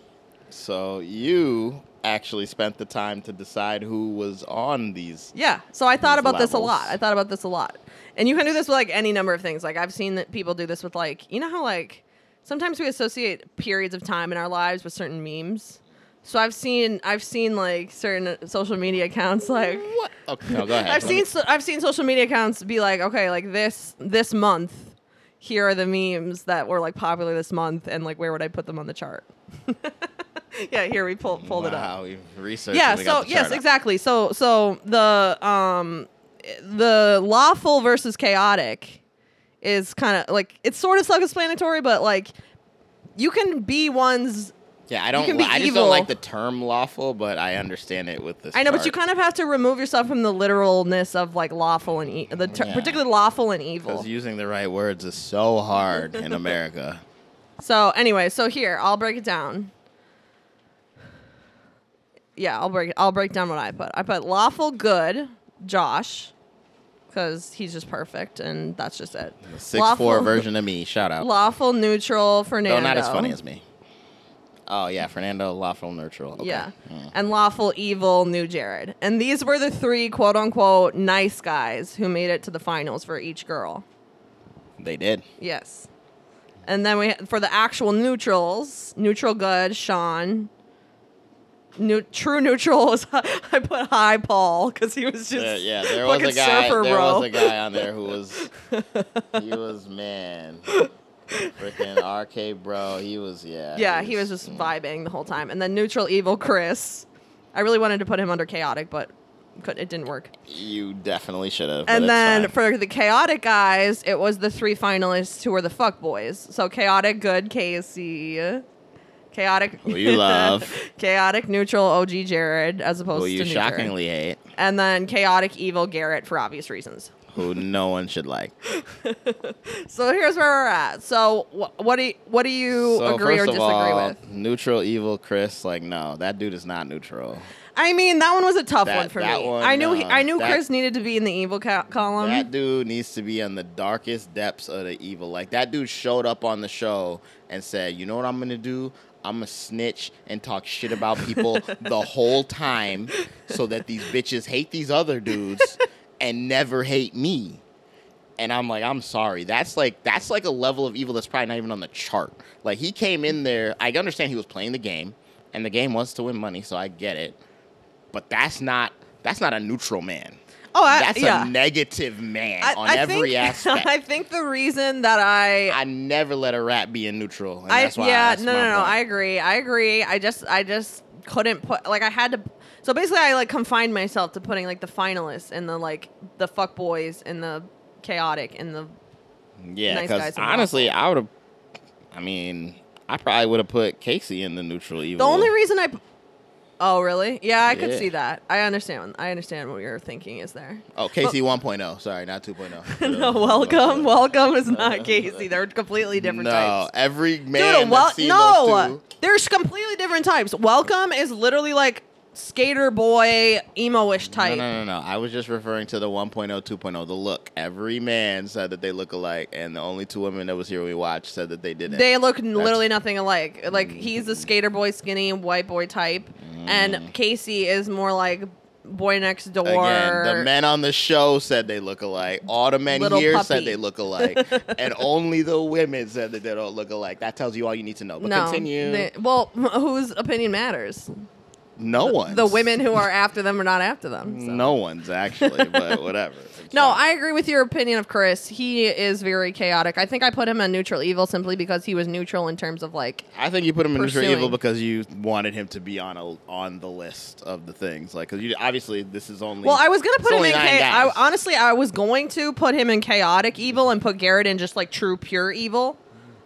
Speaker 1: So you actually spent the time to decide who was on these.
Speaker 2: yeah. So I thought
Speaker 1: These
Speaker 2: about this a
Speaker 1: levels.
Speaker 2: lot. I thought about this a lot, and you can do this with like any number of things. Like I've seen that people do this with like you know how like sometimes we associate periods of time in our lives with certain memes. So I've seen I've seen like certain social media accounts like.
Speaker 1: What? Okay, no, go ahead.
Speaker 2: [laughs] I've seen so, I've seen social media accounts be like, okay, like this this month, here are the memes that were like popular this month, and like where would I put them on the chart? [laughs] yeah, here we pull, pulled it up.
Speaker 1: Wow, we've researched.
Speaker 2: Yeah,
Speaker 1: and we got
Speaker 2: so
Speaker 1: the
Speaker 2: yes,
Speaker 1: chart up.
Speaker 2: exactly. So so the um the lawful versus chaotic is kind of like it's sort of self-explanatory, but like you can be one's
Speaker 1: Yeah, I don't.
Speaker 2: can be
Speaker 1: I just
Speaker 2: evil.
Speaker 1: don't like the term lawful, but I understand it with this.
Speaker 2: I know, but
Speaker 1: chart.
Speaker 2: you kind of have to remove yourself from the literalness of like lawful and e- the ter-
Speaker 1: Yeah.
Speaker 2: particularly lawful and evil.
Speaker 1: Because using the right words is so hard
Speaker 2: [laughs]
Speaker 1: in America.
Speaker 2: So anyway, so here I'll break it down. Yeah, I'll break I'll break down what I put. I put lawful good, Josh, because he's just perfect, and that's just it.
Speaker 1: Six
Speaker 2: Lawful-
Speaker 1: four version of me. Shout out.
Speaker 2: Lawful neutral Fernando.
Speaker 1: No, not as funny as me. Oh yeah, Fernando lawful neutral. Okay.
Speaker 2: Yeah,
Speaker 1: Mm.
Speaker 2: and lawful evil new Jared, and these were the three quote unquote nice guys who made it to the finals for each girl.
Speaker 1: They did.
Speaker 2: Yes. And then we for the actual neutrals, neutral good, Sean. New, true neutral was [laughs] I put high Paul because he was just
Speaker 1: There- yeah, there was a
Speaker 2: fucking
Speaker 1: guy.
Speaker 2: surfer
Speaker 1: There
Speaker 2: bro.
Speaker 1: was a guy on there who
Speaker 2: [laughs]
Speaker 1: was. he was man. Freaking RK bro. He was mm. yeah.
Speaker 2: yeah, he was just vibing the whole time. And then neutral evil Chris. I really wanted to put him under chaotic, but could, it didn't work.
Speaker 1: You definitely should have.
Speaker 2: and then for the chaotic guys, it was the three finalists who were the fuck boys. So chaotic good Casey, chaotic
Speaker 1: Who
Speaker 2: [laughs]
Speaker 1: you love.
Speaker 2: chaotic neutral OG Jared as opposed
Speaker 1: who
Speaker 2: to
Speaker 1: you
Speaker 2: new Jared.
Speaker 1: shockingly hate,
Speaker 2: and then chaotic evil Garrett for obvious reasons.
Speaker 1: who no one should like.
Speaker 2: So here's where we're at. So wh- what do you, what do you
Speaker 1: so
Speaker 2: agree or
Speaker 1: first of
Speaker 2: disagree
Speaker 1: all,
Speaker 2: with?
Speaker 1: Neutral evil Chris, like no, that dude is not neutral.
Speaker 2: I mean that one was a tough
Speaker 1: That-
Speaker 2: one for
Speaker 1: that
Speaker 2: me.
Speaker 1: one,
Speaker 2: I knew he,
Speaker 1: uh,
Speaker 2: I knew
Speaker 1: that-
Speaker 2: Chris needed to be in the evil co- column.
Speaker 1: that dude needs to be in the darkest depths of the evil. Like that dude showed up on the show and said, "You know what I'm gonna do? I'm gonna snitch and talk shit about people the whole time, so that these bitches hate these other dudes and never hate me." And I'm like, I'm sorry. That's like that's like a level of evil that's probably not even on the chart. Like he came in there. I understand he was playing the game, and the game was to win money, so I get it. But that's not that's not a neutral man.
Speaker 2: oh, I,
Speaker 1: That's
Speaker 2: yeah.
Speaker 1: a negative man
Speaker 2: I-
Speaker 1: on
Speaker 2: I
Speaker 1: every
Speaker 2: think, [laughs]
Speaker 1: aspect.
Speaker 2: I
Speaker 1: I,
Speaker 2: think the reason that I
Speaker 1: never let a rat be in neutral. And
Speaker 2: I
Speaker 1: that's why
Speaker 2: yeah,
Speaker 1: that's
Speaker 2: no,
Speaker 1: my
Speaker 2: no, no.
Speaker 1: point.
Speaker 2: I agree. I agree. I just, I just couldn't put like I had to. So basically, I like confined myself to putting like the finalists and the like the fuck boys and the chaotic and the
Speaker 1: yeah,
Speaker 2: nice
Speaker 1: because
Speaker 2: guys and
Speaker 1: honestly, I would have. I mean, I probably would have put Casey in the neutral evil.
Speaker 2: the only reason I. Oh really? Yeah, I could
Speaker 1: Yeah.
Speaker 2: see that. I understand. I understand what you're thinking is there. [laughs]
Speaker 1: oh, Casey 1.0. Sorry, not oh. 2.0.
Speaker 2: no,
Speaker 1: [laughs]
Speaker 2: welcome, welcome is not Casey. They're completely different
Speaker 1: no,
Speaker 2: types.
Speaker 1: every man
Speaker 2: Dude, a wel-
Speaker 1: that's seen those
Speaker 2: no,
Speaker 1: two-
Speaker 2: there's completely different types. Welcome is literally like skater boy emo-ish
Speaker 1: No,
Speaker 2: type.
Speaker 1: no, no, no. I was just referring to the oh, 1.0, 2.0, the look. Every man said that they look alike, and the only two women that was here we watched said that they didn't.
Speaker 2: They look n literally nothing alike. Like he's
Speaker 1: Mm.
Speaker 2: a skater boy, skinny white boy type, and Casey is more like boy next door.
Speaker 1: Again, the men on the show said they look alike. All the men
Speaker 2: Little
Speaker 1: here
Speaker 2: puppy.
Speaker 1: said they look alike,
Speaker 2: [laughs]
Speaker 1: and only the women said that they don't look alike. That tells you all you need to know. But
Speaker 2: no,
Speaker 1: continue.
Speaker 2: they- well, [laughs] m- whose opinion matters?
Speaker 1: no one.
Speaker 2: The women who are after them are not after them. so.
Speaker 1: No one's actually,
Speaker 2: [laughs]
Speaker 1: but whatever. It's
Speaker 2: No,
Speaker 1: fine.
Speaker 2: I agree with your opinion of Chris. He is very chaotic. I think I put him on neutral evil simply because he was neutral in terms of like
Speaker 1: I think you put him in neutral evil
Speaker 2: Pursuing.
Speaker 1: because you wanted him to be on a on the list of the things, like because you obviously this is only.
Speaker 2: Well, I was gonna
Speaker 1: it's
Speaker 2: put him
Speaker 1: only
Speaker 2: in.
Speaker 1: nine
Speaker 2: Cha- I,
Speaker 1: guys.
Speaker 2: honestly, I was going to put him in chaotic evil and put Garrett in just like true pure evil,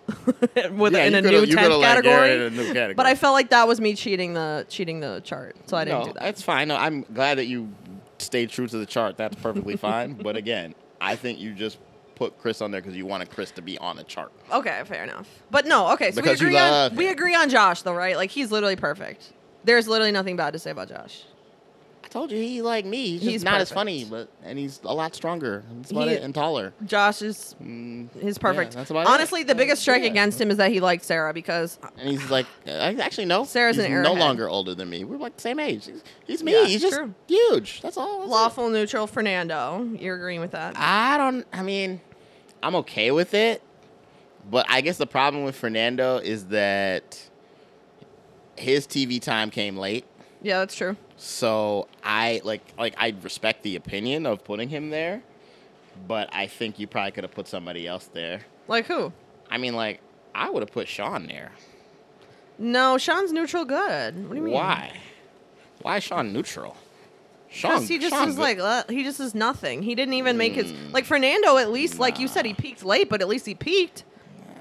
Speaker 2: [laughs] with
Speaker 1: Yeah,
Speaker 2: in
Speaker 1: you coulda- you
Speaker 2: a new
Speaker 1: coulda
Speaker 2: tenth
Speaker 1: let
Speaker 2: category.
Speaker 1: Garrett in a new category.
Speaker 2: But I felt like that was me cheating the cheating the chart, so I didn't
Speaker 1: no,
Speaker 2: do that.
Speaker 1: That's fine. No, I'm glad that you stayed true to the chart. That's perfectly fine. But again, I think you just put Chris on there because you wanted Chris to be on the chart.
Speaker 2: Okay, fair enough. But no, okay. So we
Speaker 1: Because you
Speaker 2: agree on
Speaker 1: love
Speaker 2: we
Speaker 1: him.
Speaker 2: agree on Josh though, right? Like he's literally perfect. There's literally nothing bad to say about Josh.
Speaker 1: I told you he like me. He's, just
Speaker 2: He's
Speaker 1: not as
Speaker 2: perfect.
Speaker 1: funny, but and he's a lot stronger. That's about
Speaker 2: He-
Speaker 1: it, and taller.
Speaker 2: Josh is
Speaker 1: Mm,
Speaker 2: his perfect.
Speaker 1: Yeah, that's about it.
Speaker 2: Honestly, the biggest strike
Speaker 1: Yeah.
Speaker 2: against him is that he liked Sarah because
Speaker 1: and he's like, I actually no.
Speaker 2: Sarah's
Speaker 1: he's
Speaker 2: an
Speaker 1: no
Speaker 2: arrowhead.
Speaker 1: longer older than me. We're like the same age. He's, he's me.
Speaker 2: Yeah,
Speaker 1: he's just
Speaker 2: true.
Speaker 1: huge. That's all. That's it.
Speaker 2: lawful neutral Fernando. You're agreeing with that?
Speaker 1: I don't. I mean, I'm okay with it, but I guess the problem with Fernando is that his TV time came late.
Speaker 2: yeah, that's true.
Speaker 1: So I like like I respect the opinion of putting him there, but I think you probably could have put somebody else there.
Speaker 2: Like who?
Speaker 1: I mean, like I would have put Sean there.
Speaker 2: No, Sean's neutral good. What do you mean?
Speaker 1: Why? Why is Sean neutral? Sean.
Speaker 2: Because he just
Speaker 1: Sean
Speaker 2: is
Speaker 1: good- Hmm.
Speaker 2: like uh, he just is nothing. He didn't even make his like Fernando. At least like you said, he peaked late, but at least he peaked.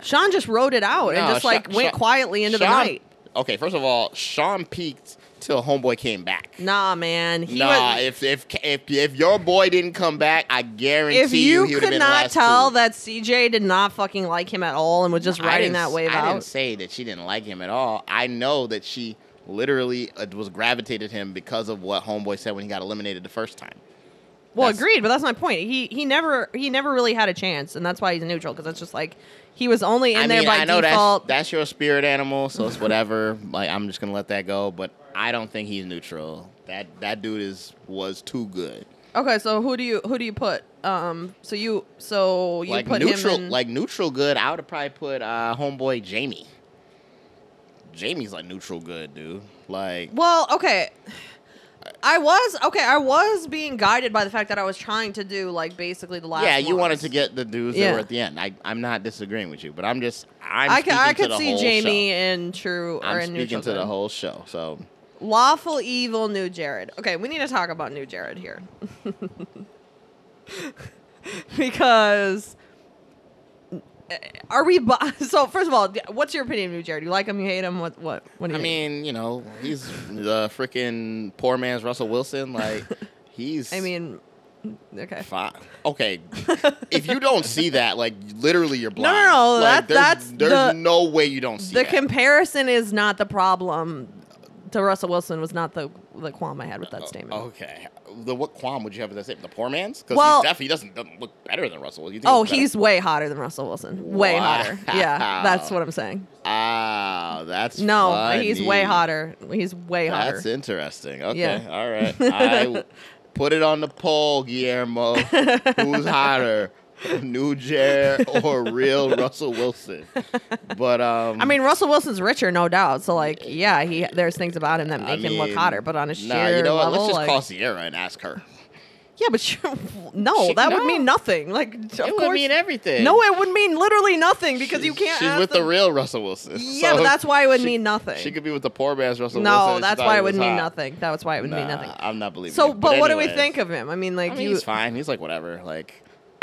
Speaker 2: Sean just rode it out and
Speaker 1: No,
Speaker 2: just
Speaker 1: Sha-
Speaker 2: like went
Speaker 1: Sha-
Speaker 2: quietly into the
Speaker 1: Sean-
Speaker 2: night.
Speaker 1: okay, first of all, Sean peaked till homeboy came back.
Speaker 2: Nah, man. He
Speaker 1: nah,
Speaker 2: was,
Speaker 1: if, if if if your boy didn't come back, I guarantee
Speaker 2: if you,
Speaker 1: he would have
Speaker 2: could
Speaker 1: been
Speaker 2: not
Speaker 1: last
Speaker 2: tell
Speaker 1: two.
Speaker 2: that CJ did not fucking like him at all and was just
Speaker 1: I
Speaker 2: riding
Speaker 1: didn't
Speaker 2: that
Speaker 1: s-
Speaker 2: wave
Speaker 1: I didn't
Speaker 2: out.
Speaker 1: say that she didn't like him at all. I know that she literally uh, was gravitated him because of what homeboy said when he got eliminated the first time.
Speaker 2: Well,
Speaker 1: that's-
Speaker 2: agreed, but that's my point. He he never he never really had a chance, and that's why he's neutral because that's just like he was only in
Speaker 1: I
Speaker 2: there
Speaker 1: mean,
Speaker 2: by
Speaker 1: I know
Speaker 2: default.
Speaker 1: that's that's your spirit animal, so
Speaker 2: [laughs]
Speaker 1: it's whatever. like I'm just gonna let that go, but I don't think he's neutral. That that dude is was too good.
Speaker 2: okay, so who do you who do you put? Um, so you so you
Speaker 1: like
Speaker 2: put
Speaker 1: neutral,
Speaker 2: him in,
Speaker 1: like neutral good. I would have probably put uh, homeboy Jamie. Jamie's like neutral good, dude. Like
Speaker 2: Well, okay. I was okay. I was being guided by the fact that I was trying to do like basically the last.
Speaker 1: yeah, you wanted
Speaker 2: ones.
Speaker 1: to get the dudes that
Speaker 2: Yeah.
Speaker 1: were at the end. I, I'm not disagreeing with you, but I'm just I'm
Speaker 2: I could,
Speaker 1: speaking
Speaker 2: I
Speaker 1: to
Speaker 2: could
Speaker 1: the
Speaker 2: see
Speaker 1: whole
Speaker 2: Jamie
Speaker 1: Show.
Speaker 2: in true or
Speaker 1: I'm
Speaker 2: in
Speaker 1: speaking
Speaker 2: neutral.
Speaker 1: to the
Speaker 2: good.
Speaker 1: whole show, so
Speaker 2: lawful evil new Jared. Okay, we need to talk about new Jared here. [laughs] because eh, are we bu- [laughs] so first of all, d- what's your opinion of new Jared? You like him, you hate him, what what what do
Speaker 1: I
Speaker 2: you think?
Speaker 1: mean, you know, he's the freaking poor man's Russell Wilson.
Speaker 2: [laughs]
Speaker 1: Like he's
Speaker 2: I mean mm, okay.
Speaker 1: fine. Okay, if you don't see that, like literally you're blind.
Speaker 2: [laughs] no,
Speaker 1: like,
Speaker 2: that-
Speaker 1: there's,
Speaker 2: that's
Speaker 1: there's
Speaker 2: the-
Speaker 1: no way you don't see
Speaker 2: The
Speaker 1: that.
Speaker 2: comparison is not the problem. To Russell Wilson was not the the qualm I had with
Speaker 1: Oh,
Speaker 2: that statement.
Speaker 1: Okay. The what qualm would you have with that statement? The poor man's? Because
Speaker 2: Well-
Speaker 1: he's deaf. He doesn't doesn't look better than Russell. You think
Speaker 2: Oh,
Speaker 1: better?
Speaker 2: he's way hotter than Russell Wilson. Way hotter. Yeah, that's
Speaker 1: Wow.
Speaker 2: what I'm saying.
Speaker 1: ah, that's
Speaker 2: No, he's way
Speaker 1: funny.
Speaker 2: hotter. He's way hotter.
Speaker 1: That's interesting. Okay,
Speaker 2: Yeah.
Speaker 1: all
Speaker 2: [laughs]
Speaker 1: right. I put it on the poll, Guillermo. Who's hotter, [laughs] New Jer or
Speaker 2: [laughs]
Speaker 1: real Russell Wilson? But um,
Speaker 2: I mean, Russell Wilson's richer, no doubt. So, like, yeah, he there's things about him that
Speaker 1: I
Speaker 2: make him look
Speaker 1: mean,
Speaker 2: hotter, but on a sheer
Speaker 1: nah, you know what?
Speaker 2: level,
Speaker 1: Let's just
Speaker 2: like,
Speaker 1: call Sierra and ask her.
Speaker 2: yeah, but [laughs] she, no,
Speaker 1: She-
Speaker 2: that would
Speaker 1: no.
Speaker 2: mean nothing. Like, of
Speaker 1: it
Speaker 2: course,
Speaker 1: would mean everything.
Speaker 2: no, it would mean literally nothing because you
Speaker 1: She's-
Speaker 2: can't.
Speaker 1: She's
Speaker 2: ask
Speaker 1: with the
Speaker 2: them-
Speaker 1: real Russell Wilson.
Speaker 2: Yeah,
Speaker 1: so
Speaker 2: but that's why it would
Speaker 1: she-
Speaker 2: mean nothing.
Speaker 1: She could be with the poor man's Russell Wilson.
Speaker 2: no,
Speaker 1: and she
Speaker 2: that's
Speaker 1: thought
Speaker 2: why
Speaker 1: he
Speaker 2: it would
Speaker 1: was
Speaker 2: mean
Speaker 1: hot.
Speaker 2: nothing. That's why it would mean
Speaker 1: Nah,
Speaker 2: nothing.
Speaker 1: I'm not believing.
Speaker 2: So,
Speaker 1: you.
Speaker 2: but, what do we
Speaker 1: anyways.
Speaker 2: think of him? I mean, like,
Speaker 1: I mean,
Speaker 2: you,
Speaker 1: he's fine. He's like whatever. Like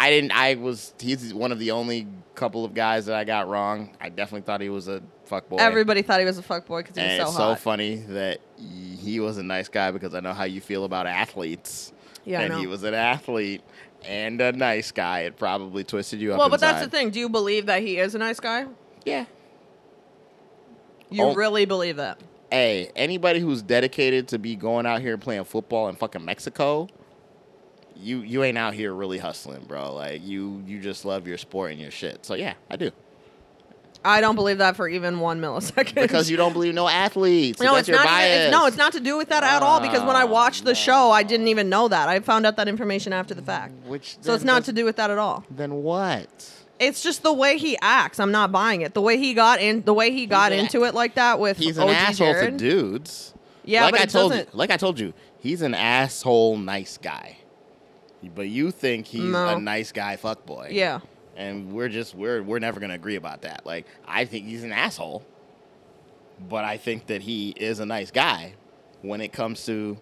Speaker 1: I didn't. I was. He's one of the only couple of guys that I got wrong. I definitely thought he was a fuckboy.
Speaker 2: everybody thought he was a fuckboy because he was
Speaker 1: and
Speaker 2: so
Speaker 1: it's
Speaker 2: hot.
Speaker 1: so funny that y- he was a nice guy because I know how you feel about athletes.
Speaker 2: Yeah, I
Speaker 1: and
Speaker 2: know.
Speaker 1: he was an athlete and a nice guy. It probably twisted you up.
Speaker 2: well, but that's the
Speaker 1: inside.
Speaker 2: thing. Do you believe that he is a nice guy?
Speaker 1: Yeah.
Speaker 2: You
Speaker 1: Oh.
Speaker 2: really believe that?
Speaker 1: Hey, anybody who's dedicated to be going out here and playing football in fucking Mexico, you you ain't out here really hustling, bro. Like you you just love your sport and your shit. So yeah, I
Speaker 2: [laughs]
Speaker 1: do.
Speaker 2: I don't believe that for even one millisecond.
Speaker 1: because you don't believe no athletes.
Speaker 2: [laughs] no,
Speaker 1: That's
Speaker 2: it's
Speaker 1: your
Speaker 2: not.
Speaker 1: bias.
Speaker 2: Even, it's, no, it's not to do with that at all. Because when I
Speaker 1: Oh,
Speaker 2: watched the
Speaker 1: no.
Speaker 2: show, I didn't even know that. I found out that information after the fact.
Speaker 1: Which
Speaker 2: So it's not to do with that at all.
Speaker 1: Then what?
Speaker 2: It's just the way he acts. I'm not buying it. The way he got in, the way he got
Speaker 1: an-
Speaker 2: into it like that with
Speaker 1: He's an
Speaker 2: OG
Speaker 1: asshole to
Speaker 2: Jared.
Speaker 1: dudes.
Speaker 2: Yeah,
Speaker 1: like
Speaker 2: but
Speaker 1: I
Speaker 2: it
Speaker 1: told
Speaker 2: doesn't-
Speaker 1: you. Like I told you, he's an asshole nice guy. But you think he's
Speaker 2: No.
Speaker 1: a nice guy fuckboy.
Speaker 2: Yeah.
Speaker 1: And we're just we're we're never gonna agree about that. Like I think he's an asshole. But I think that he is a nice guy when it comes to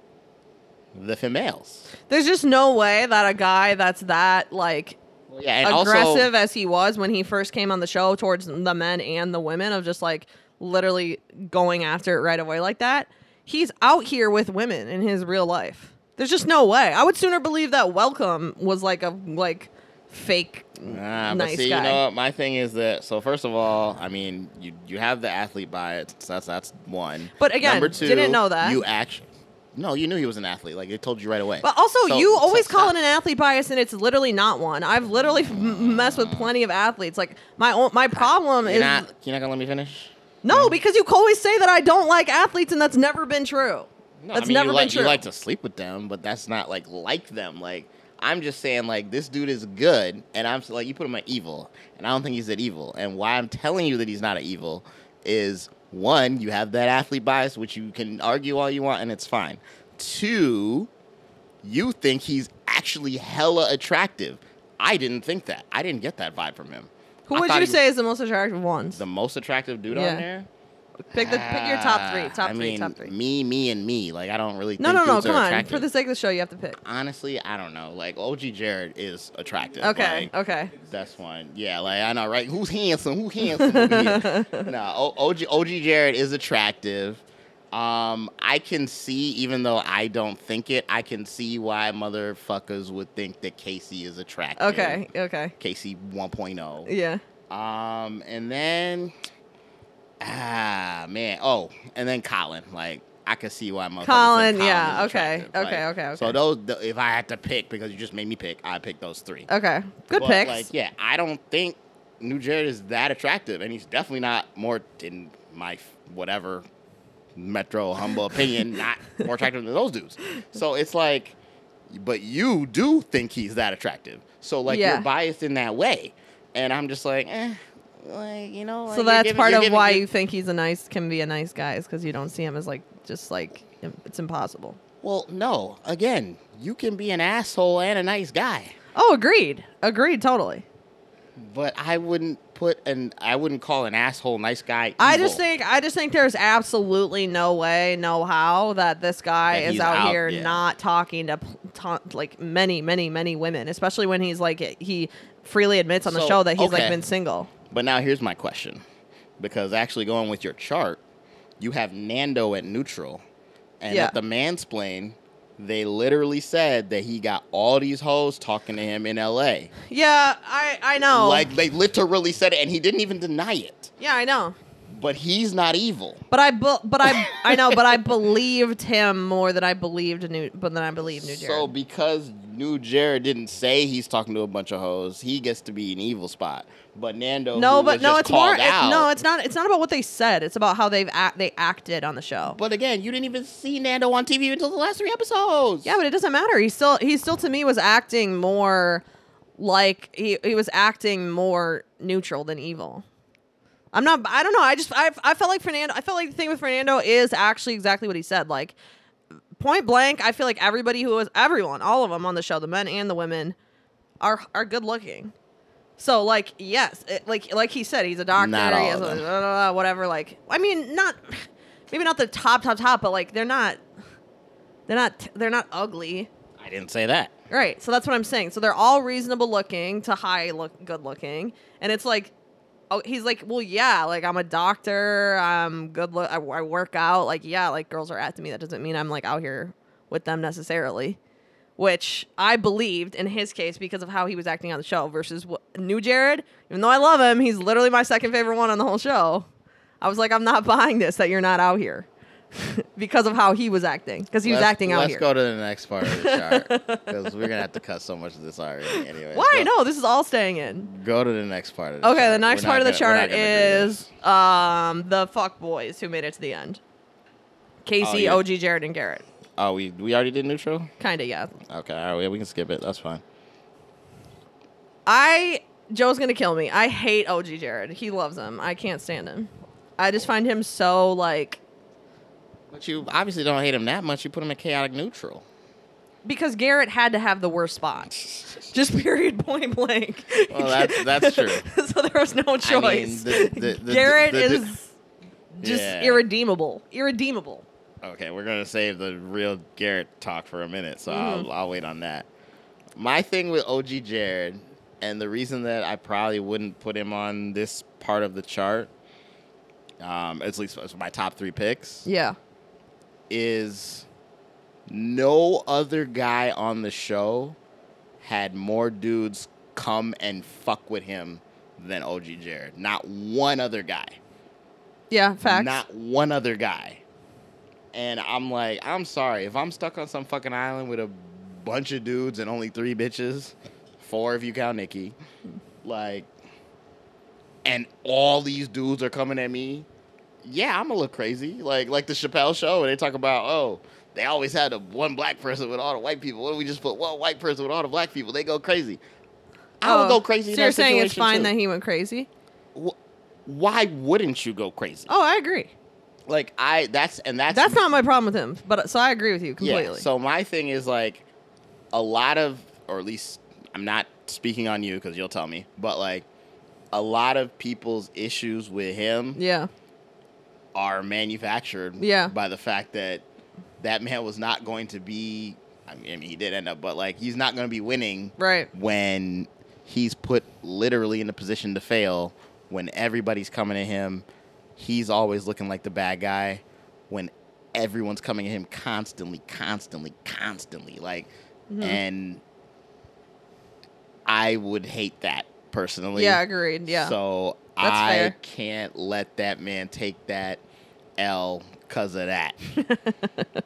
Speaker 1: the females.
Speaker 2: There's just no way that a guy that's that like
Speaker 1: Yeah, and also
Speaker 2: aggressive as he was when he first came on the show towards the men and the women of just like literally going after it right away like that. He's out here with women in his real life. There's just no way. I would sooner believe that Welcome was like a like fake
Speaker 1: Ah,
Speaker 2: nice
Speaker 1: but see,
Speaker 2: guy.
Speaker 1: you know what? My thing is that so first of all, I mean, you you have the athlete bias. That's that's one.
Speaker 2: But again,
Speaker 1: Number two,
Speaker 2: didn't know that.
Speaker 1: you actually. No, you knew he was an athlete. Like they told you right away.
Speaker 2: but also,
Speaker 1: So-
Speaker 2: you always
Speaker 1: so-
Speaker 2: call it an athlete bias, and it's literally not one. I've literally m- messed with plenty of athletes. Like my own, my problem
Speaker 1: You're
Speaker 2: is
Speaker 1: not. You're not gonna let me finish. Mm-hmm.
Speaker 2: no, because you always say that I don't like athletes, and that's never been true.
Speaker 1: No, I
Speaker 2: that's
Speaker 1: mean,
Speaker 2: never
Speaker 1: you
Speaker 2: been
Speaker 1: like,
Speaker 2: true.
Speaker 1: You like to sleep with them, but that's not like like them. Like I'm just saying, like this dude is good, and I'm s- like you put him at evil, and I don't think he's at evil. And why I'm telling you that he's not at evil is one, you have that athlete bias, which you can argue all you want, and it's fine. Two, you think he's actually hella attractive. I didn't think that. I didn't get that vibe from him.
Speaker 2: Who
Speaker 1: I
Speaker 2: would
Speaker 1: thought
Speaker 2: you
Speaker 1: he-
Speaker 2: say is the most attractive ones?
Speaker 1: the most attractive dude
Speaker 2: Yeah.
Speaker 1: on there?
Speaker 2: Pick the pick your top three.
Speaker 1: Ah,
Speaker 2: Top
Speaker 1: I
Speaker 2: three.
Speaker 1: mean,
Speaker 2: top three.
Speaker 1: Me, me, and me. Like I don't really.
Speaker 2: no,
Speaker 1: think
Speaker 2: no, no.
Speaker 1: dudes are
Speaker 2: Come on.
Speaker 1: attractive.
Speaker 2: For the sake of the show, you have to pick.
Speaker 1: Honestly, I don't know. Like OG Jared is attractive.
Speaker 2: Okay.
Speaker 1: Like,
Speaker 2: okay.
Speaker 1: That's one. Yeah, like I know, right? Who's handsome? Who handsome? over
Speaker 2: [laughs]
Speaker 1: here? nah, O- OG, OG Jared is attractive. Um, I can see, even though I don't think it, I can see why motherfuckers would think that Casey is attractive.
Speaker 2: Okay. Okay.
Speaker 1: Casey oh. 1.0.
Speaker 2: Yeah.
Speaker 1: Um, and then, ah, man. Oh, and then Colin. Like, I could see why motherfuckers. think
Speaker 2: Colin,
Speaker 1: Colin
Speaker 2: yeah,
Speaker 1: is
Speaker 2: okay,
Speaker 1: attractive.
Speaker 2: okay,
Speaker 1: Like,
Speaker 2: okay, okay.
Speaker 1: So those, the, if I had to pick, because you just made me pick, I pick those three.
Speaker 2: Okay. Good
Speaker 1: But,
Speaker 2: picks.
Speaker 1: Like, yeah, I don't think New Jared is that attractive, and he's definitely not more in my f- whatever metro humble opinion,
Speaker 2: [laughs]
Speaker 1: not more attractive than those dudes. So it's like, but you do think he's that attractive, so like
Speaker 2: Yeah.
Speaker 1: you're biased in that way, and I'm just like, eh, like you know. like,
Speaker 2: so
Speaker 1: you're
Speaker 2: that's
Speaker 1: giving-
Speaker 2: part
Speaker 1: you're
Speaker 2: of
Speaker 1: giving-
Speaker 2: why
Speaker 1: you're-
Speaker 2: you think he's a nice can be a nice guy is because you don't see him as like just like im- it's impossible.
Speaker 1: Well, no. Again, you can be an asshole and a nice guy.
Speaker 2: Oh, agreed. Agreed. Totally.
Speaker 1: But I wouldn't put an I wouldn't call an asshole nice guy.
Speaker 2: I just
Speaker 1: evil.
Speaker 2: think I just think there's absolutely no way, no how that this guy
Speaker 1: That
Speaker 2: is
Speaker 1: he's
Speaker 2: out,
Speaker 1: out,
Speaker 2: here
Speaker 1: yeah.
Speaker 2: not talking to, pl- ta like many, many, many women, especially when he's like he freely admits on the
Speaker 1: So,
Speaker 2: show that he's like
Speaker 1: okay.
Speaker 2: been single.
Speaker 1: But now here's my question, because actually going with your chart, you have Nando at neutral, and
Speaker 2: Yeah.
Speaker 1: at the mansplain, they literally said that he got all these hoes talking to him in L.A.
Speaker 2: Yeah, I I know.
Speaker 1: Like they literally said it, and he didn't even deny it.
Speaker 2: yeah, I know.
Speaker 1: But he's not evil.
Speaker 2: But I bu- but I I know, but I believed him more than I believed new but than I believed New Jared.
Speaker 1: So because New Jared didn't say he's talking to a bunch of hoes, he gets to be an evil spot. But Nando,
Speaker 2: no,
Speaker 1: who
Speaker 2: but
Speaker 1: was
Speaker 2: no,
Speaker 1: just
Speaker 2: it's more.
Speaker 1: called out,
Speaker 2: It, no, it's not. It's not about what they said. It's about how they've act, they acted on the show.
Speaker 1: But again, you didn't even see Nando on TV until the last three episodes.
Speaker 2: Yeah, but it doesn't matter. He still he still to me was acting more like he, he was acting more neutral than evil. I'm not I don't know. I just I, I felt like Fernando I felt like the thing with Fernando is actually exactly what he said. Like point blank, I feel like everybody who was everyone, all of them on the show, the men and the women are are good looking. So like yes, it, like like he said, he's a doctor,
Speaker 1: Not all
Speaker 2: he has
Speaker 1: of
Speaker 2: a-
Speaker 1: them.
Speaker 2: blah, blah, blah, whatever. Like I mean, not maybe not the top top top, but like they're not they're not they're not ugly.
Speaker 1: I didn't say that.
Speaker 2: Right. So that's what I'm saying. So they're all reasonable looking to high look good looking. And it's like oh he's like, "Well, yeah, like I'm a doctor, I'm good look I, I work out. Like yeah, like girls are after me. That doesn't mean I'm like out here with them necessarily." Which I believed in his case because of how he was acting on the show versus what, new Jared. Even though I love him, he's literally my second favorite one on the whole show. I was like, I'm not buying this that you're not out here [laughs] because of how he was acting because he was
Speaker 1: Let's-
Speaker 2: acting out
Speaker 1: let's
Speaker 2: here.
Speaker 1: go to the next part of
Speaker 2: [laughs]
Speaker 1: the chart because we're gonna have to cut so much of this already. Anyway,
Speaker 2: Why?
Speaker 1: Go-
Speaker 2: No, this is all staying in.
Speaker 1: Go to the next part of the
Speaker 2: Okay,
Speaker 1: chart.
Speaker 2: the next
Speaker 1: We're
Speaker 2: part of
Speaker 1: not
Speaker 2: the
Speaker 1: gonna- we're
Speaker 2: chart
Speaker 1: not gonna do
Speaker 2: is um the fuck boys who made it to the end. Casey,
Speaker 1: Oh, yeah.
Speaker 2: OG, Jared, and Garrett.
Speaker 1: this. Oh, we we already did neutral.
Speaker 2: Kinda, yeah.
Speaker 1: Okay, all right, yeah, we can skip it. That's fine.
Speaker 2: I Joe's gonna kill me. I hate OG Jared. He loves him. I can't stand him. I just find him so like
Speaker 1: But you obviously don't hate him that much. You put him in chaotic neutral. [laughs]
Speaker 2: because Garrett had to have the worst spot. [laughs] Just period [laughs] point blank.
Speaker 1: Well, that's- that's true.
Speaker 2: [laughs] so there was no
Speaker 1: I
Speaker 2: choice.
Speaker 1: mean, the- the- the-
Speaker 2: Garrett
Speaker 1: the- the-
Speaker 2: is just
Speaker 1: Yeah.
Speaker 2: irredeemable. Irredeemable.
Speaker 1: Okay, we're gonna save the real Garrett talk for a minute, so
Speaker 2: Mm-hmm.
Speaker 1: I'll, I'll wait on that. My thing with OG Jared, and the reason that I probably wouldn't put him on this part of the chart, um, at least as my top three picks,
Speaker 2: Yeah.
Speaker 1: is no other guy on the show had more dudes come and fuck with him than OG Jared. Not one other guy.
Speaker 2: Yeah, facts.
Speaker 1: Not one other guy. And I'm like, I'm sorry. If I'm stuck on some fucking island with a bunch of dudes and only three bitches, four if you count Nikki, like, and all these dudes are coming at me, yeah, I'm gonna look crazy. Like, like the Chappelle show, where they talk about, oh, they always had a one black person with all the white people. What if we just put one white person with all the black people? They go crazy. I would
Speaker 2: Oh,
Speaker 1: go crazy.
Speaker 2: So you're saying it's fine that he went crazy?
Speaker 1: he? Why wouldn't you go crazy?
Speaker 2: Oh, I agree.
Speaker 1: Like I, that's and that's
Speaker 2: That's not my problem with him, but so I agree with you completely.
Speaker 1: Yeah. So my thing is like a lot of, or at least I'm not speaking on you because you'll tell me, but like a lot of people's issues with him
Speaker 2: yeah,
Speaker 1: are manufactured
Speaker 2: Yeah.
Speaker 1: by the fact that that man was not going to be. I mean, I mean, he did end up, but like he's not going to be winning
Speaker 2: Right.
Speaker 1: when he's put literally in a position to fail. When everybody's coming at him, he's always looking like the bad guy. When everyone's coming at him constantly, constantly, constantly, like,
Speaker 2: Mm-hmm.
Speaker 1: and I would hate that personally.
Speaker 2: Yeah, agreed. Yeah.
Speaker 1: So
Speaker 2: That's
Speaker 1: I
Speaker 2: fair.
Speaker 1: can't let that man take that L because of
Speaker 2: [laughs]
Speaker 1: that.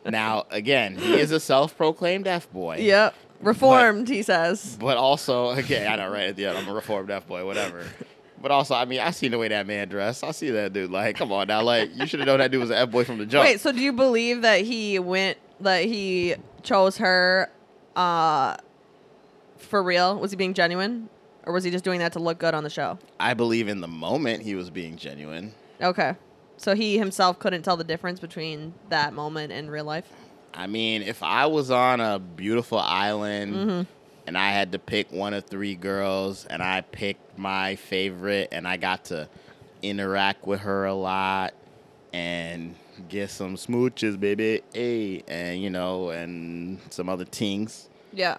Speaker 1: now, again, he is a self proclaimed F boy.
Speaker 2: yep. Reformed, he says.
Speaker 1: But also, [laughs] okay, I know, right? Yeah, I'm a reformed F boy, whatever. But also, I mean, I seen the way that man dressed. I see that dude. Like, come on now. Like, you should have known that dude was an F boy from the jump.
Speaker 2: Wait, so do you believe that he went that he chose her uh for real? Was he being genuine? Or was he just doing that to look good on the show?
Speaker 1: I believe in the moment he was being genuine.
Speaker 2: Okay. So he himself couldn't tell the difference between that moment and real life.
Speaker 1: I mean, if I was on a beautiful island
Speaker 2: Mm-hmm.
Speaker 1: and I had to pick one of three girls and I picked my favorite and I got to interact with her a lot and get some smooches, baby, hey, and you know, and some other things.
Speaker 2: Yeah.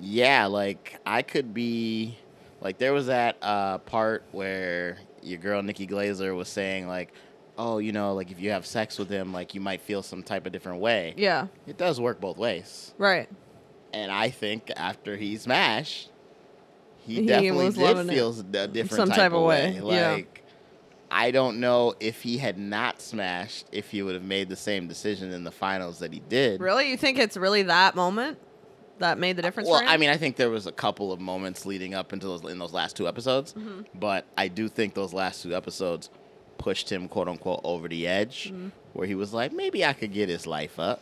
Speaker 1: Yeah, like I could be like there was that uh part where your girl Nikki Glazer was saying like, "Oh, you know, like if you have sex with him, like you might feel some type of different way."
Speaker 2: Yeah.
Speaker 1: It does work both ways.
Speaker 2: Right.
Speaker 1: And I think after he smashed, he,
Speaker 2: He
Speaker 1: definitely
Speaker 2: was
Speaker 1: did
Speaker 2: loving it
Speaker 1: feel s- a different
Speaker 2: some
Speaker 1: type, of way.
Speaker 2: yeah.
Speaker 1: Like, I don't know if he had not smashed, if he would have made the same decision in the finals that he did.
Speaker 2: Really? You think it's really that moment that made the difference?
Speaker 1: Well,
Speaker 2: for him?
Speaker 1: I mean, I think there was a couple of moments leading up into those in those last two episodes,
Speaker 2: Mm-hmm.
Speaker 1: but I do think those last two episodes pushed him quote unquote over the edge,
Speaker 2: Mm-hmm.
Speaker 1: where he was like, maybe I could get his life
Speaker 2: [laughs]
Speaker 1: up.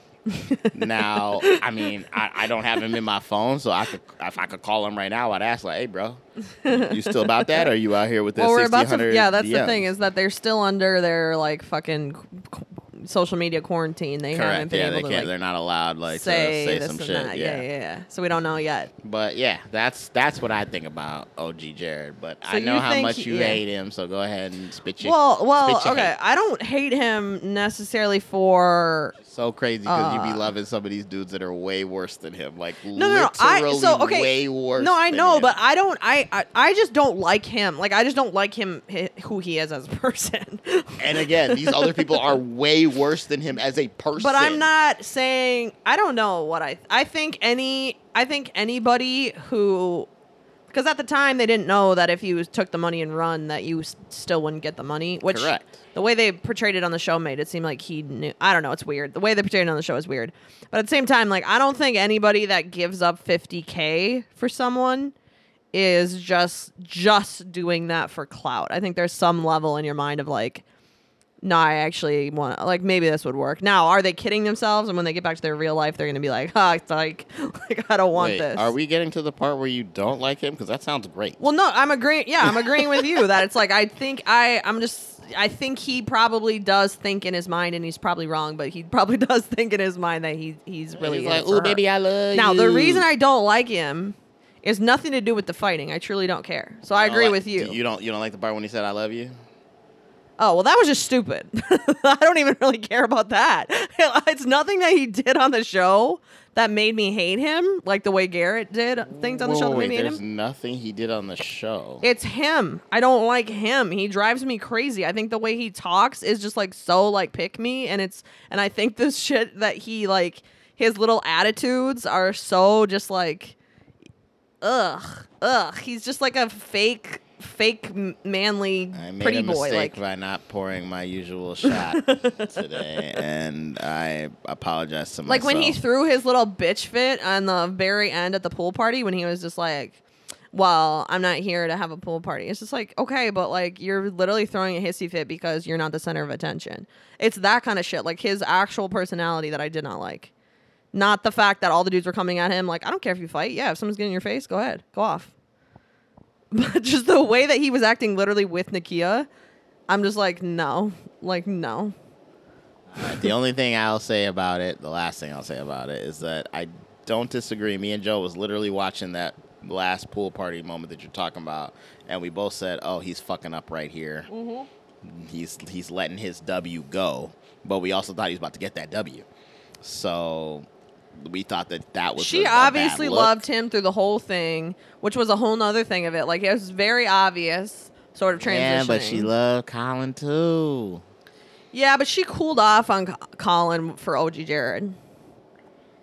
Speaker 1: now, I mean, I, I don't have him in my phone, so I could if I could call him right now, I'd ask like, hey, bro, you still about that? Or are you out here with this?
Speaker 2: well, we're about to.
Speaker 1: 1600
Speaker 2: Yeah, that's the
Speaker 1: DMs?"
Speaker 2: thing is that they're still under their like fucking qu- qu- social media quarantine. They
Speaker 1: Correct.
Speaker 2: haven't been
Speaker 1: Yeah, they
Speaker 2: able
Speaker 1: can't.
Speaker 2: to like,
Speaker 1: they're not allowed like to
Speaker 2: say,
Speaker 1: say
Speaker 2: this
Speaker 1: some
Speaker 2: and
Speaker 1: shit.
Speaker 2: that. Yeah. yeah, yeah. So we don't know yet.
Speaker 1: But yeah, that's that's what I think about OG Jared. But
Speaker 2: So
Speaker 1: I know
Speaker 2: you
Speaker 1: how
Speaker 2: think
Speaker 1: much
Speaker 2: he-
Speaker 1: you
Speaker 2: yeah.
Speaker 1: hate him, so go ahead and spit your
Speaker 2: well, well,
Speaker 1: spit your
Speaker 2: okay.
Speaker 1: hate.
Speaker 2: I don't hate him necessarily for
Speaker 1: So crazy because you
Speaker 2: Uh,
Speaker 1: be loving some of these dudes that are way worse than him. Like
Speaker 2: no, no, no. I
Speaker 1: literally
Speaker 2: so okay.
Speaker 1: way worse.
Speaker 2: No, I
Speaker 1: than
Speaker 2: know,
Speaker 1: him.
Speaker 2: but I don't. I, I I just don't like him. Like I just don't like him hi- who he is as a person. [laughs]
Speaker 1: and again, these other people are way worse than him as a person.
Speaker 2: but I'm not saying I don't know what I I think any I think anybody who because at the time they didn't know that if you took the money and run that you s- still wouldn't get the money which
Speaker 1: Correct.
Speaker 2: the way they portrayed it on the show made it seem like he knew I don't know it's weird the way they portrayed it on the show is weird but at the same time like I don't think anybody that gives up 50k for someone is just just doing that for clout I think there's some level in your mind of like no, I actually want like maybe this would work. Now, are they kidding themselves? And when they get back to their real life, they're gonna be like, [laughs] "Ah, it's like, like I don't want
Speaker 1: Wait,
Speaker 2: this."
Speaker 1: Are we getting to the part where you don't like him? Because that sounds great.
Speaker 2: Well, no, I'm agreeing. Yeah, I'm agreeing with you that it's like I think I I'm just I think he probably does think in his mind, and he's probably wrong, but he probably [laughs] does think in his mind that he he's really
Speaker 1: He's
Speaker 2: in
Speaker 1: like,
Speaker 2: it for
Speaker 1: ooh,
Speaker 2: her."
Speaker 1: baby, I love
Speaker 2: Now,
Speaker 1: you.
Speaker 2: the reason I don't like him is nothing to do with the fighting. I truly don't care. So I
Speaker 1: don't
Speaker 2: agree
Speaker 1: like-
Speaker 2: with you.
Speaker 1: You don't you don't like the part when he said I love you?
Speaker 2: Oh, well, that was just stupid. [laughs] I don't even really care about that. [laughs] It's nothing that he did on the show that made me hate him, like the way Garrett did things on the
Speaker 1: Whoa,
Speaker 2: show that
Speaker 1: wait,
Speaker 2: made me hate
Speaker 1: there's
Speaker 2: him.
Speaker 1: nothing he did on the show.
Speaker 2: It's him. I don't like him. He drives me crazy. I think the way he talks is just like so like pick me and it's and I think this [laughs] shit that he like his little attitudes are so just like ugh, ugh. He's just like a fake fake m- manly
Speaker 1: I made
Speaker 2: pretty
Speaker 1: a
Speaker 2: boy
Speaker 1: mistake
Speaker 2: like
Speaker 1: by not pouring my usual shot
Speaker 2: [laughs]
Speaker 1: today, and I apologize to
Speaker 2: Like
Speaker 1: myself.
Speaker 2: when he [laughs] threw his little bitch fit on the very end at the pool party when he was just like, Well, I'm not here to have a pool party. It's just like, okay, but like you're literally throwing a hissy fit because you're not the center of attention. It's that kind of shit. Like his actual personality that I did not like. Not the fact that all the dudes were coming at him, like, I don't care if you fight. Yeah, if someone's getting in your face, go ahead. Go off. [laughs] But just the way that he was acting literally with Nakia, I'm just like, no. Like, no.
Speaker 1: the only thing I'll say about it, the last thing I'll say about it, is that I don't disagree. Me and Joe was literally watching that
Speaker 2: Mm-hmm.
Speaker 1: last pool party moment that you're talking about, and we both said, "Oh, he's fucking up right here." he's he's letting his W go, but we also thought he was about to get that W. So we thought that that was
Speaker 2: she
Speaker 1: a- a bad
Speaker 2: obviously
Speaker 1: look.
Speaker 2: loved him through the whole thing, which was a whole nother thing of it. Like it was very obvious sort of transition.
Speaker 1: Yeah, but she loved Colin too.
Speaker 2: Yeah, but she cooled off on Co- Colin for OG Jared.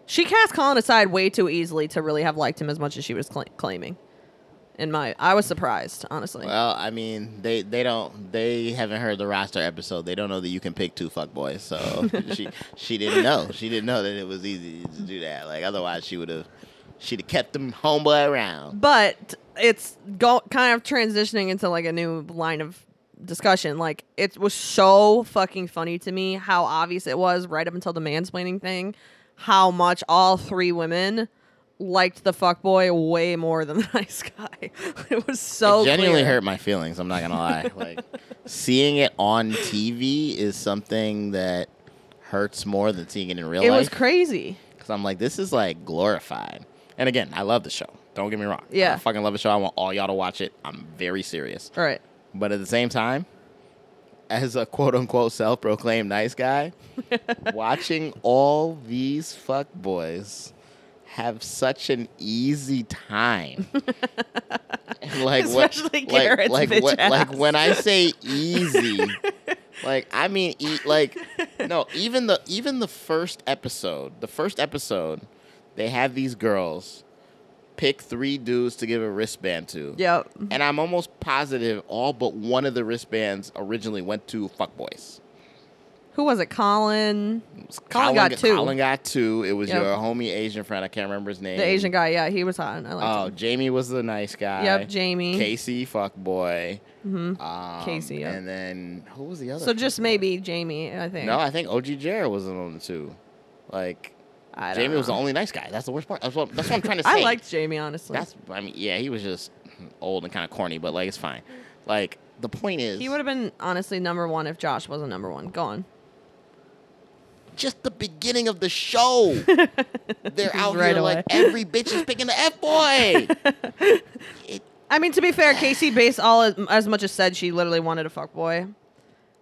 Speaker 2: She cast Colin aside way too easily to really have liked him as much as she was cla claiming. In my, I was surprised, honestly.
Speaker 1: Well, I mean, they they don't they haven't heard the roster episode. They don't know that you can pick two fuck boys. So [laughs] she she didn't know. She didn't know that it was easy to do that. Like otherwise, she would have she'd have kept them homeboy around.
Speaker 2: but it's go- kind of transitioning into like a new line of discussion. Like it was so fucking funny to me how obvious it was right up until the mansplaining thing, how much all three women liked the fuck boy way more than [laughs] the nice guy. it was so
Speaker 1: it genuinely
Speaker 2: clear.
Speaker 1: hurt my feelings. I'm not gonna [laughs] lie. Like seeing it on TV is something that hurts more than seeing it in real
Speaker 2: It was
Speaker 1: life.
Speaker 2: crazy.
Speaker 1: Because I'm like, this is like glorified. And again, I love the show. Don't get me wrong.
Speaker 2: Yeah.
Speaker 1: I fucking love the show. I want all y'all to watch it. I'm very serious.
Speaker 2: All right.
Speaker 1: But at the same time, as a quote unquote self proclaimed nice
Speaker 2: [laughs]
Speaker 1: guy, watching all these fuckboys have such an easy
Speaker 2: [laughs]
Speaker 1: time. like
Speaker 2: Especially
Speaker 1: like-
Speaker 2: Garrett's
Speaker 1: like,
Speaker 2: bitch
Speaker 1: what- like
Speaker 2: ass.
Speaker 1: when I say
Speaker 2: [laughs]
Speaker 1: easy, like I mean e- like no, even the even the first episode, the first episode, they have these girls pick three dudes to give a wristband to.
Speaker 2: Yep.
Speaker 1: And I'm almost positive all but one of the wristbands originally went to fuckboys.
Speaker 2: Who was it? Colin. Colin got two.
Speaker 1: Colin got two. It was
Speaker 2: Yep.
Speaker 1: your homie Asian friend. I can't remember his name.
Speaker 2: The Asian guy. Yeah, he was hot. And I liked
Speaker 1: Oh,
Speaker 2: him.
Speaker 1: Jamie was the nice guy.
Speaker 2: Yep, Jamie.
Speaker 1: Casey, fuckboy.
Speaker 2: hmm
Speaker 1: Um,
Speaker 2: Casey, yep.
Speaker 1: And then who was the other?
Speaker 2: So just
Speaker 1: fuckboy?
Speaker 2: maybe Jamie. I think.
Speaker 1: No, I think OG Jared was on the two. Like
Speaker 2: I don't
Speaker 1: Jamie was the
Speaker 2: know.
Speaker 1: only nice guy. That's the worst part. That's what, that's what I'm trying to say.
Speaker 2: [laughs] I liked Jamie honestly.
Speaker 1: That's I mean yeah, he was just old and kind of corny, but like it's fine. Like the point is,
Speaker 2: He would have been honestly number one if Josh wasn't number one. Go on.
Speaker 1: just the beginning of the show. They're out
Speaker 2: Right
Speaker 1: here like every bitch is picking the F
Speaker 2: [laughs]
Speaker 1: boy. It-
Speaker 2: I mean, to
Speaker 1: [sighs]
Speaker 2: be fair, Casey based all as, as much as said she literally wanted a fuck boy.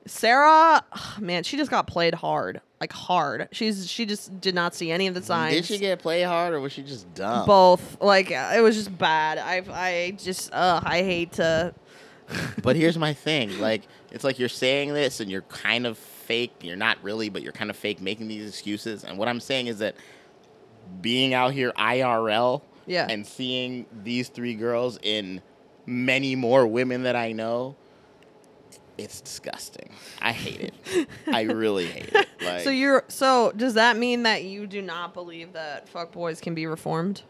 Speaker 2: Sarah, ugh, man, she just got played hard, like hard. She's she just did not see any of the signs.
Speaker 1: did she get played hard or was she just dumb?
Speaker 2: both? Like uh, it was just bad. I I just uh I hate to.
Speaker 1: But here's my thing. Like it's like you're saying this and you're kind of fake. You're not really, but you're kind of fake making these excuses. And what I'm saying is that being out here IRL
Speaker 2: Yeah.
Speaker 1: and seeing these three girls in many more women that I know, it's disgusting. I hate
Speaker 2: [laughs]
Speaker 1: it. I really hate it. Like,
Speaker 2: so you're so does that mean that you do not believe that fuck boys can be reformed?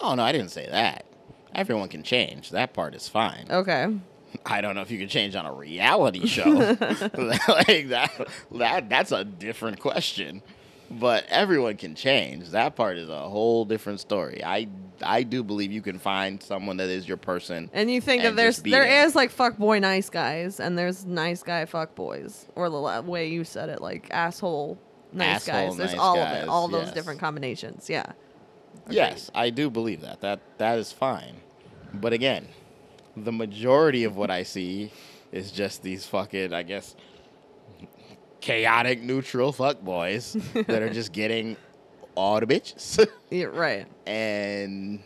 Speaker 1: oh no, I didn't say that. Everyone can change. That part is fine.
Speaker 2: Okay.
Speaker 1: I don't know if you can change on a reality show. [laughs] like that, that that's a different question. But everyone can change. That part is a whole different story. I I do believe you can find someone that is your person.
Speaker 2: And you think that
Speaker 1: and
Speaker 2: there's
Speaker 1: just be
Speaker 2: there is
Speaker 1: there.
Speaker 2: like fuck boy nice guys and there's nice guy fuck boys or the la- way you said it like asshole nice
Speaker 1: Asshole
Speaker 2: guys. There's
Speaker 1: nice
Speaker 2: all of
Speaker 1: guys,
Speaker 2: it, all those
Speaker 1: yes.
Speaker 2: different combinations. Yeah,
Speaker 1: Yes, I do believe that. That that is fine. But again, the majority of what I see is just these fucking, I guess, chaotic neutral
Speaker 2: [laughs]
Speaker 1: fuckboys that are just getting all the bitches. [laughs]
Speaker 2: yeah right.
Speaker 1: and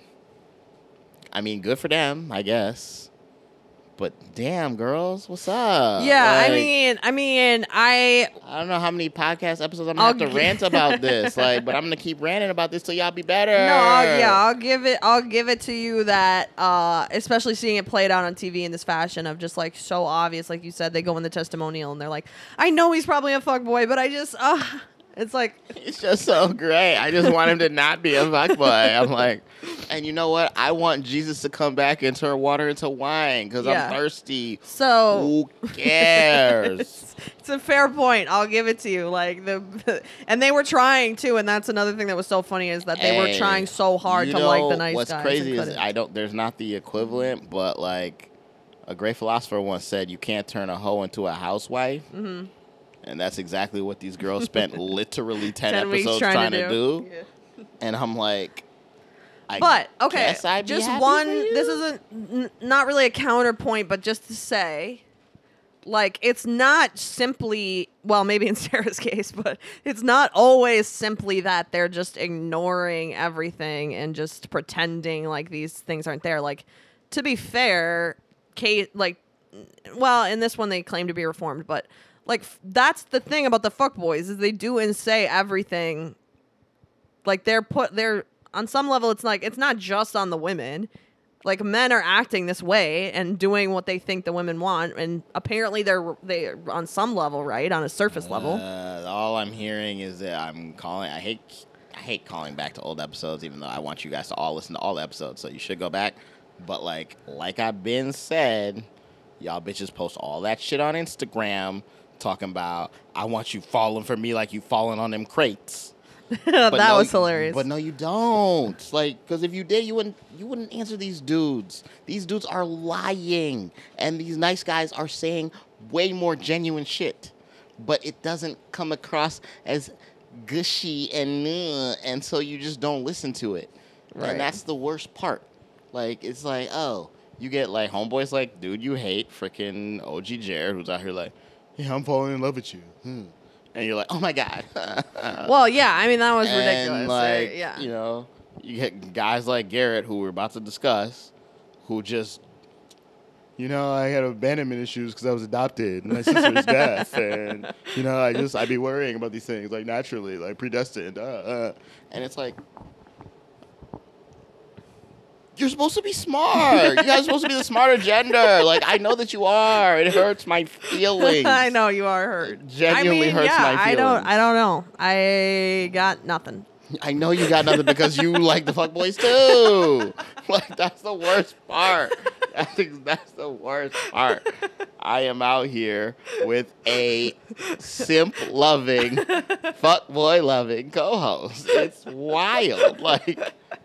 Speaker 1: I mean, good for them, I guess. But damn, girls, what's up?
Speaker 2: yeah, I
Speaker 1: Uh, Like,
Speaker 2: mean, I mean, I
Speaker 1: I don't know how many podcast episodes I'm
Speaker 2: I'll
Speaker 1: gonna have to
Speaker 2: gi-
Speaker 1: rant about this,
Speaker 2: [laughs]
Speaker 1: like, but I'm gonna keep ranting about this till y'all be better.
Speaker 2: no, I'll, yeah, I'll give it, I'll give it to you that, uh, especially seeing it played out on TV in this fashion of just like so obvious, like you said, they go in the testimonial and they're like, I know he's probably a fuck boy, but I just, uh, it's like,
Speaker 1: It's just so great. I just want him to not be a fuckboy. I'm like, and you know what? I want Jesus to come back and turn water into wine because
Speaker 2: Yeah. Oh.
Speaker 1: I'm thirsty.
Speaker 2: so
Speaker 1: Who cares? [laughs]
Speaker 2: it's, it's a fair point. I'll give it to you. Like the, and they were trying too, and that's another thing that was so funny is that they were
Speaker 1: Hey,
Speaker 2: trying [laughs] so hard
Speaker 1: you
Speaker 2: to like
Speaker 1: know,
Speaker 2: the nice
Speaker 1: What's
Speaker 2: guys.
Speaker 1: crazy
Speaker 2: and
Speaker 1: is
Speaker 2: couldn't.
Speaker 1: I don't. There's not the equivalent, but like a great philosopher once said, you can't turn a hoe into a housewife. Mm-hmm. And that's exactly what these girls
Speaker 2: [laughs]
Speaker 1: spent literally ten, episodes trying, to, do.
Speaker 2: Yeah.
Speaker 1: And I'm like, I
Speaker 2: But okay,
Speaker 1: guess I'd be
Speaker 2: just
Speaker 1: happy
Speaker 2: one.
Speaker 1: for you.
Speaker 2: This isn't n- not really a counterpoint, but just to say, Like it's not simply well, maybe in [laughs] Sarah's case, but it's not always simply that they're just ignoring everything and just pretending like these things aren't there. Like to be fair, Kate like well, in this one they claim to be reformed, but like f- that's the thing about the fuckboys is they do and say everything like they're put they're on some level it's like it's not just on the women like men are acting this way and doing what they think the women want and apparently they're they are on some level right on a surface level
Speaker 1: Uh, all I'm hearing is that I'm calling. I hate. I hate calling back to old episodes, even though I want you guys to all listen to all the episodes, so you should go back. But like, like I've been said, y'all bitches post all that shit on Instagram, talking about I want you falling for me like you falling on them crates.
Speaker 2: [laughs] that
Speaker 1: But no,
Speaker 2: was
Speaker 1: you-
Speaker 2: hilarious
Speaker 1: But no, you don't. Like, because if you did, you wouldn't. You wouldn't answer these dudes. These dudes are lying, and these nice guys are saying way more genuine shit. But it doesn't come across as gushy and uh, and so you just don't listen to it.
Speaker 2: Right.
Speaker 1: And that's the worst part. Like, it's like, oh, you get like homeboys like dude you hate, freaking OG Jared, who's out here like, yeah, I'm falling in love with you. Hmm. And you're like, oh my god. [laughs]
Speaker 2: well yeah i mean that was ridiculous
Speaker 1: and like
Speaker 2: right? yeah
Speaker 1: you know you get guys like garrett who we're about to discuss who just you know i had abandonment issues because i was adopted and my
Speaker 2: [laughs]
Speaker 1: sister's death and you know i just i'd be worrying about these things like naturally like predestined uh, uh. and it's like you're supposed to be smart. You guys are supposed to be the smarter gender. Like I know that you are. It hurts
Speaker 2: [laughs]
Speaker 1: my feelings.
Speaker 2: [laughs] i know you are hurt
Speaker 1: genuinely
Speaker 2: I mean,
Speaker 1: hurts
Speaker 2: yeah,
Speaker 1: my
Speaker 2: i don't
Speaker 1: feelings.
Speaker 2: i don't know i got nothing
Speaker 1: I know you got nothing because you like the fuck boys too. [laughs] Like that's the worst part. I think that's the worst part. I am out here with a simp loving, fuck boy loving co-host. It's wild. Like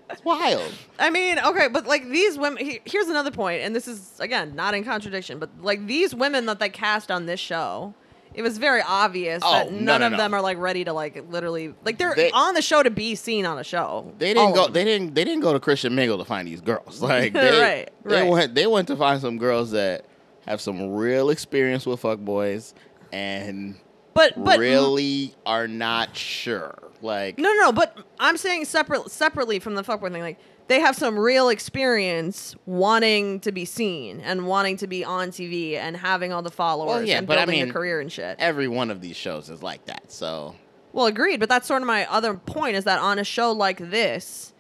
Speaker 1: it's wild.
Speaker 2: I mean, okay, but like these women. he- Here's another point, and this is again not in contradiction, but like these women that they cast on this show, it was very obvious
Speaker 1: Oh,
Speaker 2: that
Speaker 1: no,
Speaker 2: none
Speaker 1: no,
Speaker 2: of
Speaker 1: no.
Speaker 2: them are like ready to like literally like they're
Speaker 1: They-
Speaker 2: on the show to be seen on a show.
Speaker 1: They
Speaker 2: All
Speaker 1: didn't
Speaker 2: of
Speaker 1: go.
Speaker 2: them.
Speaker 1: They didn't. They didn't go to Christian Mingle to find these
Speaker 2: [laughs]
Speaker 1: girls. Like they,
Speaker 2: Right,
Speaker 1: they
Speaker 2: right.
Speaker 1: went. They went to find some girls that have some real experience with fuck boys and
Speaker 2: but but
Speaker 1: really are not sure. Like
Speaker 2: No, no, but I'm saying separate, separately from the fuckboy thing. Like they have some real experience wanting to be seen and wanting to be on TV and having all the followers
Speaker 1: yeah,
Speaker 2: and
Speaker 1: but I
Speaker 2: building a
Speaker 1: mean-
Speaker 2: career and shit.
Speaker 1: every one of these shows is like that. So
Speaker 2: Well, agreed, but that's sort of my other point is that on a show like this,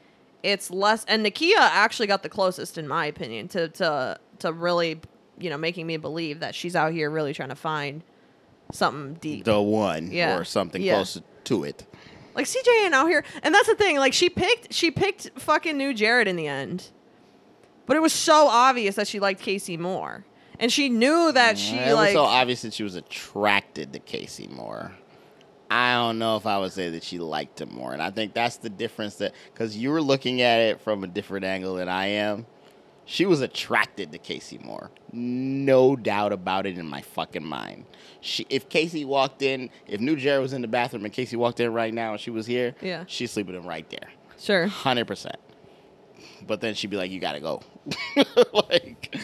Speaker 2: it's less and Nakia actually got the closest in my opinion to to to really, you know, making me believe that she's out here really trying to find something deep.
Speaker 1: the one
Speaker 2: Yeah.
Speaker 1: or something
Speaker 2: Yeah.
Speaker 1: close to it.
Speaker 2: Like CJ ain't out here, and that's the thing. Like she picked, she picked fucking new Jared in the end, but it was so obvious that she liked Casey more, and she knew that she
Speaker 1: it was
Speaker 2: like.
Speaker 1: so obvious that she was attracted to Casey Moore. I don't know if I would say that she liked him more, and I think that's the difference. That because you were looking at it from a different angle than I am. She was attracted to Casey Moore. No doubt about it in my fucking mind. She, if Casey walked in, if New Jared was in the bathroom and Casey walked in right now and she was here,
Speaker 2: Yeah.
Speaker 1: she's sleeping in right there.
Speaker 2: sure.
Speaker 1: Hundred percent. But then she'd be like, "You gotta go." [laughs] like,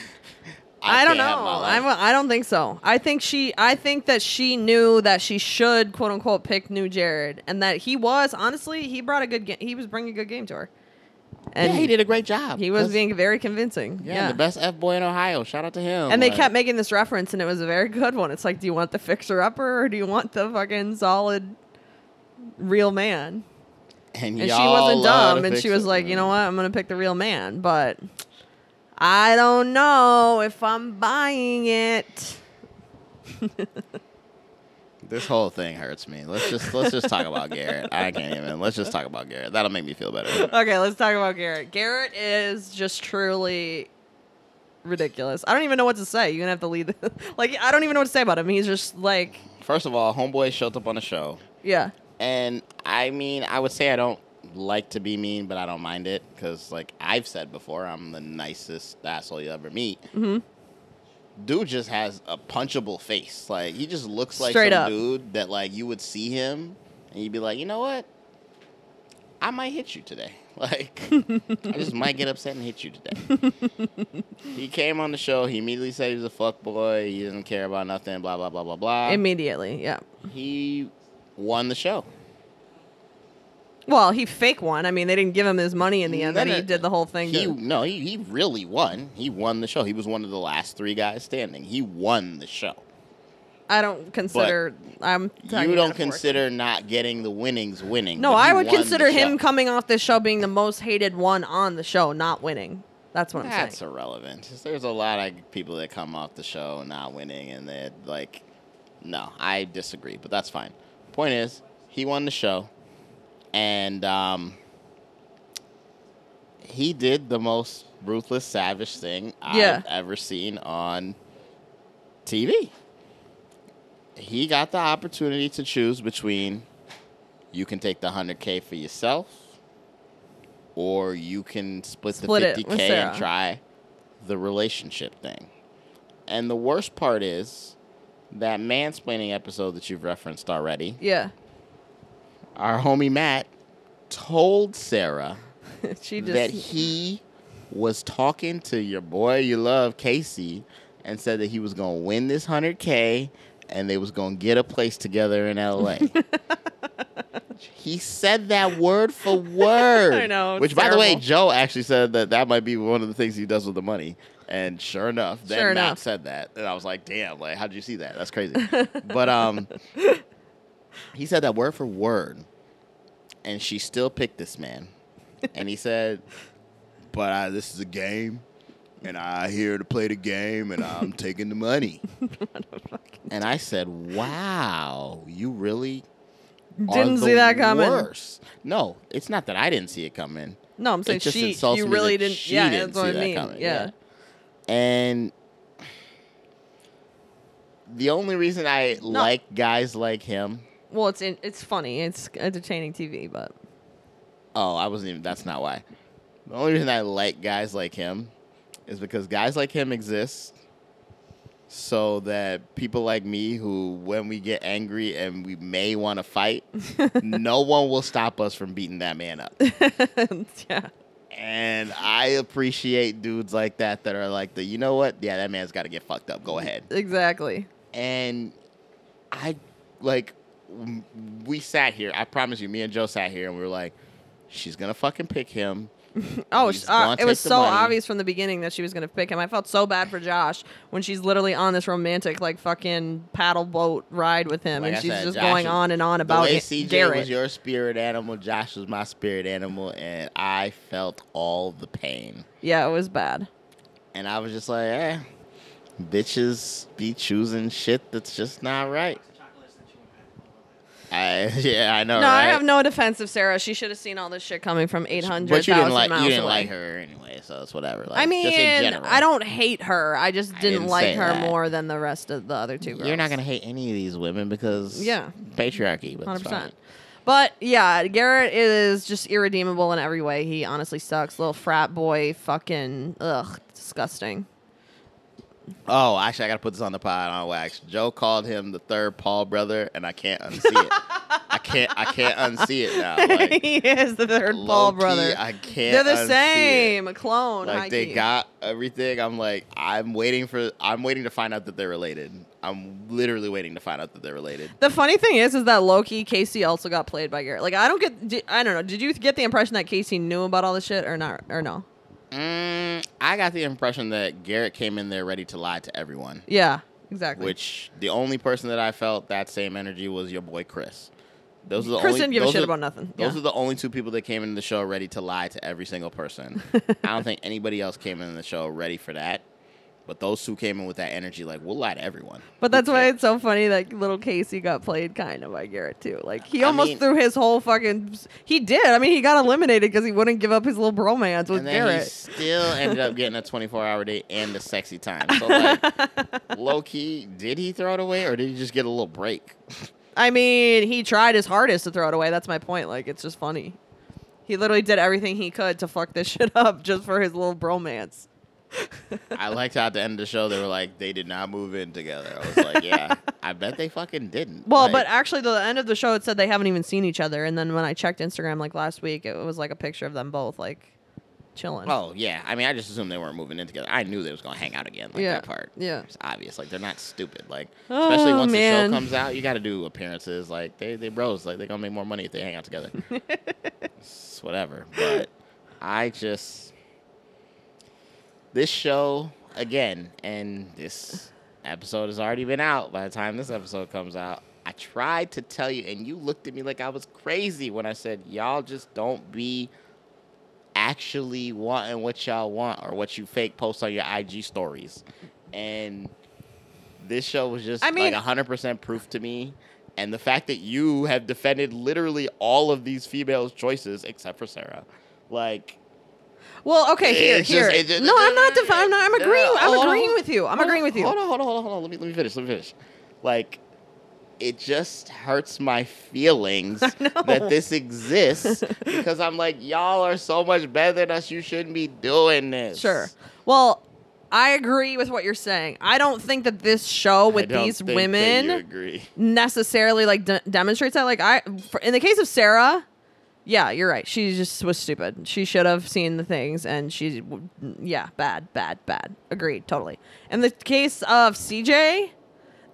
Speaker 2: I,
Speaker 1: can't
Speaker 2: don't know.
Speaker 1: have my life.
Speaker 2: I'm, I don't think so. I think she. I think that she knew that she should quote unquote pick new Jared, and that he was honestly he brought a good. Ga- he was bringing a good game to her, and
Speaker 1: yeah, he did a great job.
Speaker 2: He was
Speaker 1: 'Cause-
Speaker 2: being very convincing.
Speaker 1: yeah,
Speaker 2: Yeah.
Speaker 1: the best f boy in Ohio. Shout out to him.
Speaker 2: And they
Speaker 1: Like,
Speaker 2: kept making this reference, and it was a very good one. It's like, do you want the fixer upper or do you want the fucking solid real man?
Speaker 1: and,
Speaker 2: And she
Speaker 1: y'all
Speaker 2: wasn't
Speaker 1: love
Speaker 2: dumb,
Speaker 1: to
Speaker 2: and
Speaker 1: fix
Speaker 2: she was
Speaker 1: it,
Speaker 2: like, you
Speaker 1: man.
Speaker 2: know what? I'm going to pick the real man. But I don't know if I'm buying it.
Speaker 1: This whole thing hurts me. Let's just let's just talk about Garrett. I can't even. Let's just talk about Garrett. That'll make me feel better.
Speaker 2: Okay, let's talk about Garrett. Garrett is just truly ridiculous. I don't even know what to say. You're going to have to lead. The, [laughs] like, I don't even know what to say about him. He's just like,
Speaker 1: First of all, homeboy showed up on the show,
Speaker 2: yeah.
Speaker 1: and I mean, I would say I don't like to be mean, but I don't mind it because, like I've said before, I'm the nicest asshole you ever meet.
Speaker 2: Mhm.
Speaker 1: Dude just has a punchable face. Like he just looks like
Speaker 2: Straight
Speaker 1: some
Speaker 2: up.
Speaker 1: dude that like you would see him and you'd be like, you know what? I might hit you today. [laughs] Like, I just might get upset and hit you
Speaker 2: [laughs]
Speaker 1: today. he came on the show. He immediately said he was a fuck boy. He doesn't care about nothing. Blah blah blah blah blah.
Speaker 2: Immediately, yeah.
Speaker 1: he won the show.
Speaker 2: Well, he fake won. I mean, they didn't give him his money in the end.
Speaker 1: No,
Speaker 2: Then
Speaker 1: no,
Speaker 2: he did the whole thing.
Speaker 1: He
Speaker 2: to-
Speaker 1: no, he, he really won. He won the show. He was one of the last three guys standing. He won the show.
Speaker 2: I don't consider. I'm. talking
Speaker 1: you don't
Speaker 2: metaphorically.
Speaker 1: consider not getting the winnings winning.
Speaker 2: No,
Speaker 1: but he
Speaker 2: I would
Speaker 1: won the
Speaker 2: consider him
Speaker 1: show.
Speaker 2: coming off this show being the most hated one on the show, not winning. That's what I'm
Speaker 1: That's
Speaker 2: saying.
Speaker 1: irrelevant. There's a lot of people that come off the show not winning, and they're like, no, I disagree, but that's fine. Point is, he won the show, and um, he did the most ruthless, savage thing
Speaker 2: Yeah.
Speaker 1: I've ever seen on TV. He got the opportunity to choose between you can take the 100K for yourself, or you can split,
Speaker 2: Split it
Speaker 1: the
Speaker 2: with
Speaker 1: 50K
Speaker 2: Sarah.
Speaker 1: and try the relationship thing. And the worst part is that mansplaining episode that you've referenced already.
Speaker 2: yeah, [laughs]
Speaker 1: Our homie Matt told Sarah
Speaker 2: she
Speaker 1: that
Speaker 2: just.
Speaker 1: he was talking to your boy you love, Casey, and said that he was going to win this 100K and they was going to get a place together in LA.
Speaker 2: [laughs]
Speaker 1: he said that word
Speaker 2: [laughs]
Speaker 1: for word.
Speaker 2: I know, it's
Speaker 1: Which, by the way,
Speaker 2: terrible.
Speaker 1: Joe actually said that that might be one of the things he does with the money. And sure enough, then
Speaker 2: Sure
Speaker 1: Matt
Speaker 2: enough.
Speaker 1: said that. And I was like, damn, like, how'd you see that? That's
Speaker 2: [laughs]
Speaker 1: crazy. but um, he said that word for word. And she still picked this man. And he said, but I, this is a game, and I here to play the game, and
Speaker 2: [laughs]
Speaker 1: I'm taking the money. and I said, "Wow, you really are
Speaker 2: Didn't
Speaker 1: the
Speaker 2: see that coming.
Speaker 1: worst." No, it's not that I didn't see it coming.
Speaker 2: no, I'm saying
Speaker 1: it just
Speaker 2: she.
Speaker 1: insults
Speaker 2: You
Speaker 1: me
Speaker 2: really
Speaker 1: that
Speaker 2: didn't.
Speaker 1: she
Speaker 2: yeah,
Speaker 1: didn't
Speaker 2: that's what
Speaker 1: see
Speaker 2: I
Speaker 1: that
Speaker 2: mean.
Speaker 1: coming,
Speaker 2: yeah.
Speaker 1: And the only reason I like guys like him.
Speaker 2: Well, it's in, it's funny. It's entertaining TV, but [laughs]
Speaker 1: Oh, I wasn't even. That's not why. The only reason I like guys like him is because guys like him exist so that people like me, who when we get angry and we may want to
Speaker 2: [laughs]
Speaker 1: fight, no one will stop us from beating that man up.
Speaker 2: yeah.
Speaker 1: And I appreciate dudes like that that are like the, you know what? Yeah, that man's got to get fucked up. Go ahead.
Speaker 2: Exactly.
Speaker 1: And I like w- we sat here. I promise you, me and Joe sat here and we were like, she's gonna fucking pick him.
Speaker 2: Oh,
Speaker 1: He's
Speaker 2: sh- uh,
Speaker 1: gonna
Speaker 2: it was
Speaker 1: take the
Speaker 2: so
Speaker 1: money.
Speaker 2: obvious from the beginning that she was going to pick him. I felt so bad for Josh when she's literally on this romantic, like, fucking paddle boat ride with him,
Speaker 1: Like
Speaker 2: and
Speaker 1: I
Speaker 2: she's
Speaker 1: said,
Speaker 2: just
Speaker 1: Josh
Speaker 2: going
Speaker 1: is-
Speaker 2: on and on
Speaker 1: the
Speaker 2: about
Speaker 1: way
Speaker 2: it-
Speaker 1: CJ
Speaker 2: Garrett.
Speaker 1: was your spirit animal, Josh was my spirit animal, and I felt all the pain.
Speaker 2: yeah, it was bad.
Speaker 1: And I was just like, eh, bitches be choosing shit that's just not right. I [laughs] yeah, I know.
Speaker 2: no, I
Speaker 1: right?
Speaker 2: have no defense of Sarah. She should have seen all this shit coming from eight hundred
Speaker 1: But you didn't
Speaker 2: thousand
Speaker 1: like
Speaker 2: miles
Speaker 1: you didn't
Speaker 2: away.
Speaker 1: like her anyway, so it's whatever. Like,
Speaker 2: I
Speaker 1: just in
Speaker 2: mean,
Speaker 1: general.
Speaker 2: I don't hate her. I just didn't,
Speaker 1: didn't
Speaker 2: like
Speaker 1: say
Speaker 2: her
Speaker 1: that.
Speaker 2: more than the rest of the other two girls.
Speaker 1: You're not gonna hate any of these women because
Speaker 2: Yeah.
Speaker 1: patriarchy. But
Speaker 2: hundred
Speaker 1: it's fine.
Speaker 2: percent. But yeah, Garrett is just irredeemable in every way. He honestly sucks. Little frat boy, fucking ugh, disgusting.
Speaker 1: Oh, actually, I gotta put this on the pod on wax. Joe called him the third Paul brother, and I can't unsee it. I can't. I can't unsee it
Speaker 2: [laughs]
Speaker 1: now. Like,
Speaker 2: he is the third Paul
Speaker 1: low-key,
Speaker 2: brother.
Speaker 1: I can't.
Speaker 2: They're the
Speaker 1: unsee it.
Speaker 2: same, a clone.
Speaker 1: Like they
Speaker 2: high-key.
Speaker 1: got everything. I'm like, I'm waiting for. I'm waiting to find out that they're related. I'm literally waiting to find out that they're related.
Speaker 2: The funny thing is, is that Loki Casey also got played by Garrett. Like I don't get, di- I don't know. Did you get the impression that Casey knew about all this shit or not or no?
Speaker 1: Mm, I got the impression that Garrett came in there ready to lie to everyone.
Speaker 2: Yeah, exactly.
Speaker 1: Which the only person that I felt that same energy was your boy Chris. Those are the
Speaker 2: Chris
Speaker 1: only,
Speaker 2: didn't give a
Speaker 1: those
Speaker 2: shit
Speaker 1: are-
Speaker 2: about nothing.
Speaker 1: Those
Speaker 2: Yeah.
Speaker 1: are the only two people that came into the show ready to lie to every single
Speaker 2: [laughs]
Speaker 1: person. I don't think anybody else came in the show ready for that. But those two came in with that energy, like we'll lie to everyone.
Speaker 2: But that's why it's so funny that little Casey got played kind of by Garrett too. Like he
Speaker 1: I
Speaker 2: almost
Speaker 1: mean-
Speaker 2: threw his whole fucking. He did. I mean, he got eliminated because he wouldn't give up his little bromance with
Speaker 1: and then he
Speaker 2: Garrett.
Speaker 1: still ended up getting a 24-hour date and a sexy time. So like,
Speaker 2: [laughs]
Speaker 1: low key, did he throw it away or did he just get a little break?
Speaker 2: I mean, he tried his hardest to throw it away. That's my point. Like it's just [laughs] funny. He literally did everything he could to fuck this shit up just for his little bromance.
Speaker 1: I liked how at the end of the show they were like, they did not move in together. I was like, yeah, I bet they fucking didn't.
Speaker 2: Well,
Speaker 1: Like,
Speaker 2: but actually, the end of the show, it said they haven't even seen each other. And then when I checked Instagram like last week, it was like a picture of them both like chilling.
Speaker 1: oh yeah, I mean, I just assumed they weren't moving in together. I knew they was gonna hang out again. Like
Speaker 2: yeah,
Speaker 1: that part,
Speaker 2: yeah.
Speaker 1: it's obvious. Like they're not stupid. Like especially
Speaker 2: Oh,
Speaker 1: once
Speaker 2: man.
Speaker 1: the show comes out, you got to do appearances. Like they they bros. Like they're gonna make more money if they hang out
Speaker 2: [laughs]
Speaker 1: together. it's whatever. But I just this show again, and this episode has already been out by the time this episode comes out. I tried to tell you, and you looked at me like I was crazy when I said, "Y'all just don't be." actually wanting what y'all want or what you fake post on your IG stories. And this show was just
Speaker 2: I mean-
Speaker 1: like 100% proof to me. And the fact that you have defended literally all of these females' choices except for Sarah. Like,
Speaker 2: Well, okay, here,
Speaker 1: It's
Speaker 2: here.
Speaker 1: just- it just-
Speaker 2: no, I'm not. Def- I'm not. I'm
Speaker 1: No,
Speaker 2: agreeing.
Speaker 1: hold
Speaker 2: I'm
Speaker 1: on,
Speaker 2: agreeing
Speaker 1: hold-
Speaker 2: with you. I'm
Speaker 1: hold
Speaker 2: agreeing
Speaker 1: on,
Speaker 2: with you.
Speaker 1: Hold on, hold on, hold on, hold on. Let me, let me finish. Let me finish. Like, it just hurts my
Speaker 2: [laughs]
Speaker 1: feelings that this exists because I'm like, y'all are so much better than us. You shouldn't be doing this.
Speaker 2: Sure. Well, I agree with what you're saying. I don't think that this show
Speaker 1: I
Speaker 2: with
Speaker 1: don't
Speaker 2: these
Speaker 1: think that
Speaker 2: women
Speaker 1: you agree.
Speaker 2: necessarily like de- demonstrates that. Like I, for, in the case of Sarah, yeah, you're right. She just was stupid. She should have seen the things, and she, w- yeah, bad, bad, bad. Agreed, totally. In the case of CJ.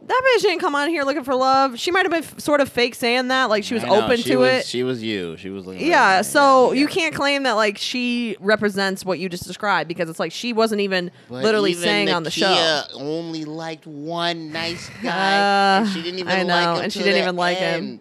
Speaker 2: That bitch didn't come on here looking for love. She might have been f- sort of fake saying that, like she was
Speaker 1: I know,
Speaker 2: open
Speaker 1: she
Speaker 2: to
Speaker 1: was-
Speaker 2: it.
Speaker 1: She was you. She was looking. at
Speaker 2: Yeah,
Speaker 1: everything.
Speaker 2: so
Speaker 1: Yeah.
Speaker 2: you can't claim that like she represents what you just described because it's like she wasn't even
Speaker 1: But
Speaker 2: literally
Speaker 1: even
Speaker 2: saying on the show.
Speaker 1: Nakia Only liked one
Speaker 2: [sighs]
Speaker 1: nice guy. and
Speaker 2: Uh,
Speaker 1: she didn't even
Speaker 2: I know,
Speaker 1: like him.
Speaker 2: and she
Speaker 1: to
Speaker 2: didn't
Speaker 1: the
Speaker 2: even like him.
Speaker 1: end.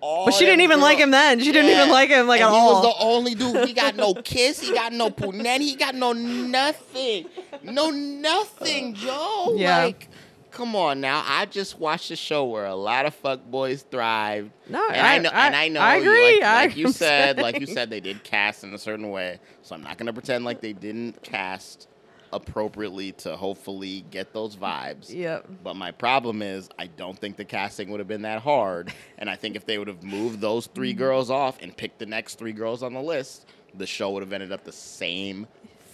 Speaker 1: All
Speaker 2: But she didn't
Speaker 1: them
Speaker 2: even like
Speaker 1: girl-
Speaker 2: him then. She didn't
Speaker 1: Yeah.
Speaker 2: even like him like
Speaker 1: and
Speaker 2: at
Speaker 1: he
Speaker 2: all.
Speaker 1: was the only dude. He got
Speaker 2: [laughs]
Speaker 1: no kiss. He got no punen. He got no nothing. No nothing, Joe.
Speaker 2: Yeah.
Speaker 1: Like, come on now. I just watched a show where a lot of fuckboys thrived.
Speaker 2: No,
Speaker 1: and I,
Speaker 2: I-
Speaker 1: know.
Speaker 2: I-
Speaker 1: and I know.
Speaker 2: I
Speaker 1: you-
Speaker 2: agree.
Speaker 1: Like,
Speaker 2: I-
Speaker 1: like you
Speaker 2: [laughs] I'm
Speaker 1: said, like you
Speaker 2: saying.
Speaker 1: said, they did cast in a certain way. So I'm not gonna pretend like they didn't cast appropriately to hopefully get those vibes.
Speaker 2: Yep.
Speaker 1: But my problem is, I don't think the casting would have been that hard. And I think if they would have moved those three
Speaker 2: Mm-hmm.
Speaker 1: girls off and picked the next three girls on the list, the show would have ended up the same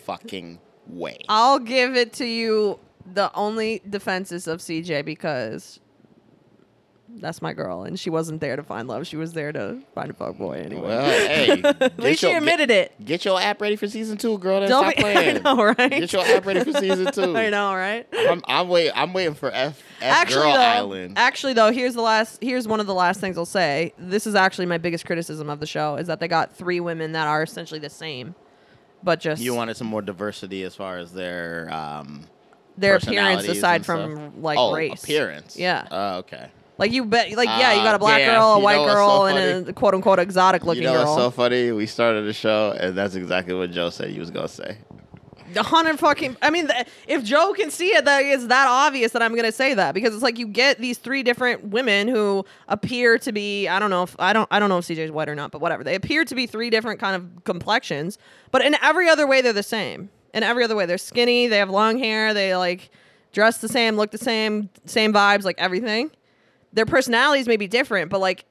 Speaker 1: fucking way.
Speaker 2: I'll give it to you the only defenses of CJ because that's my girl and she wasn't there to find love. She was there to find a fuckboy anyway.
Speaker 1: Well, hey,
Speaker 2: [laughs] At
Speaker 1: get
Speaker 2: least she
Speaker 1: your-
Speaker 2: admitted it.
Speaker 1: Get, get your app ready for season two, girl. Then
Speaker 2: Don't
Speaker 1: stop
Speaker 2: be- [laughs] I
Speaker 1: playing.
Speaker 2: know, right?
Speaker 1: Get your app ready for season two.
Speaker 2: [laughs] I know, right?
Speaker 1: I'm, I'm wait. I'm waiting for F. F
Speaker 2: actually
Speaker 1: Girl
Speaker 2: though,
Speaker 1: Island.
Speaker 2: actually though, here's the last. Here's one of the last things I'll say. This is actually my biggest criticism of the show is that they got three women that are essentially the same, but just
Speaker 1: you wanted some more diversity as far as their um,
Speaker 2: their appearance
Speaker 1: personalities
Speaker 2: aside
Speaker 1: and
Speaker 2: from
Speaker 1: stuff?
Speaker 2: like
Speaker 1: oh,
Speaker 2: race.
Speaker 1: appearance.
Speaker 2: Yeah.
Speaker 1: Oh, okay.
Speaker 2: Like you bet. Like yeah, you got
Speaker 1: Ah,
Speaker 2: a black
Speaker 1: yeah,
Speaker 2: girl, a
Speaker 1: you know
Speaker 2: white
Speaker 1: what's so
Speaker 2: girl,
Speaker 1: funny?
Speaker 2: and a quote unquote exotic looking
Speaker 1: you know
Speaker 2: girl.
Speaker 1: what's so funny? We started the show, and that's exactly what Joe said you was gonna say.
Speaker 2: The hundred fucking. I mean, th- if Joe can see it, that it's that obvious that I'm gonna say that because it's like you get these three different women who appear to be. I don't know if I don't. I don't know if CJ's white or not, but whatever. They appear to be three different kind of complexions, but in every other way they're the same. In every other way, they're skinny. They have long hair. They like dress the same, look the same, same vibes, like everything. Their personalities may be different, but like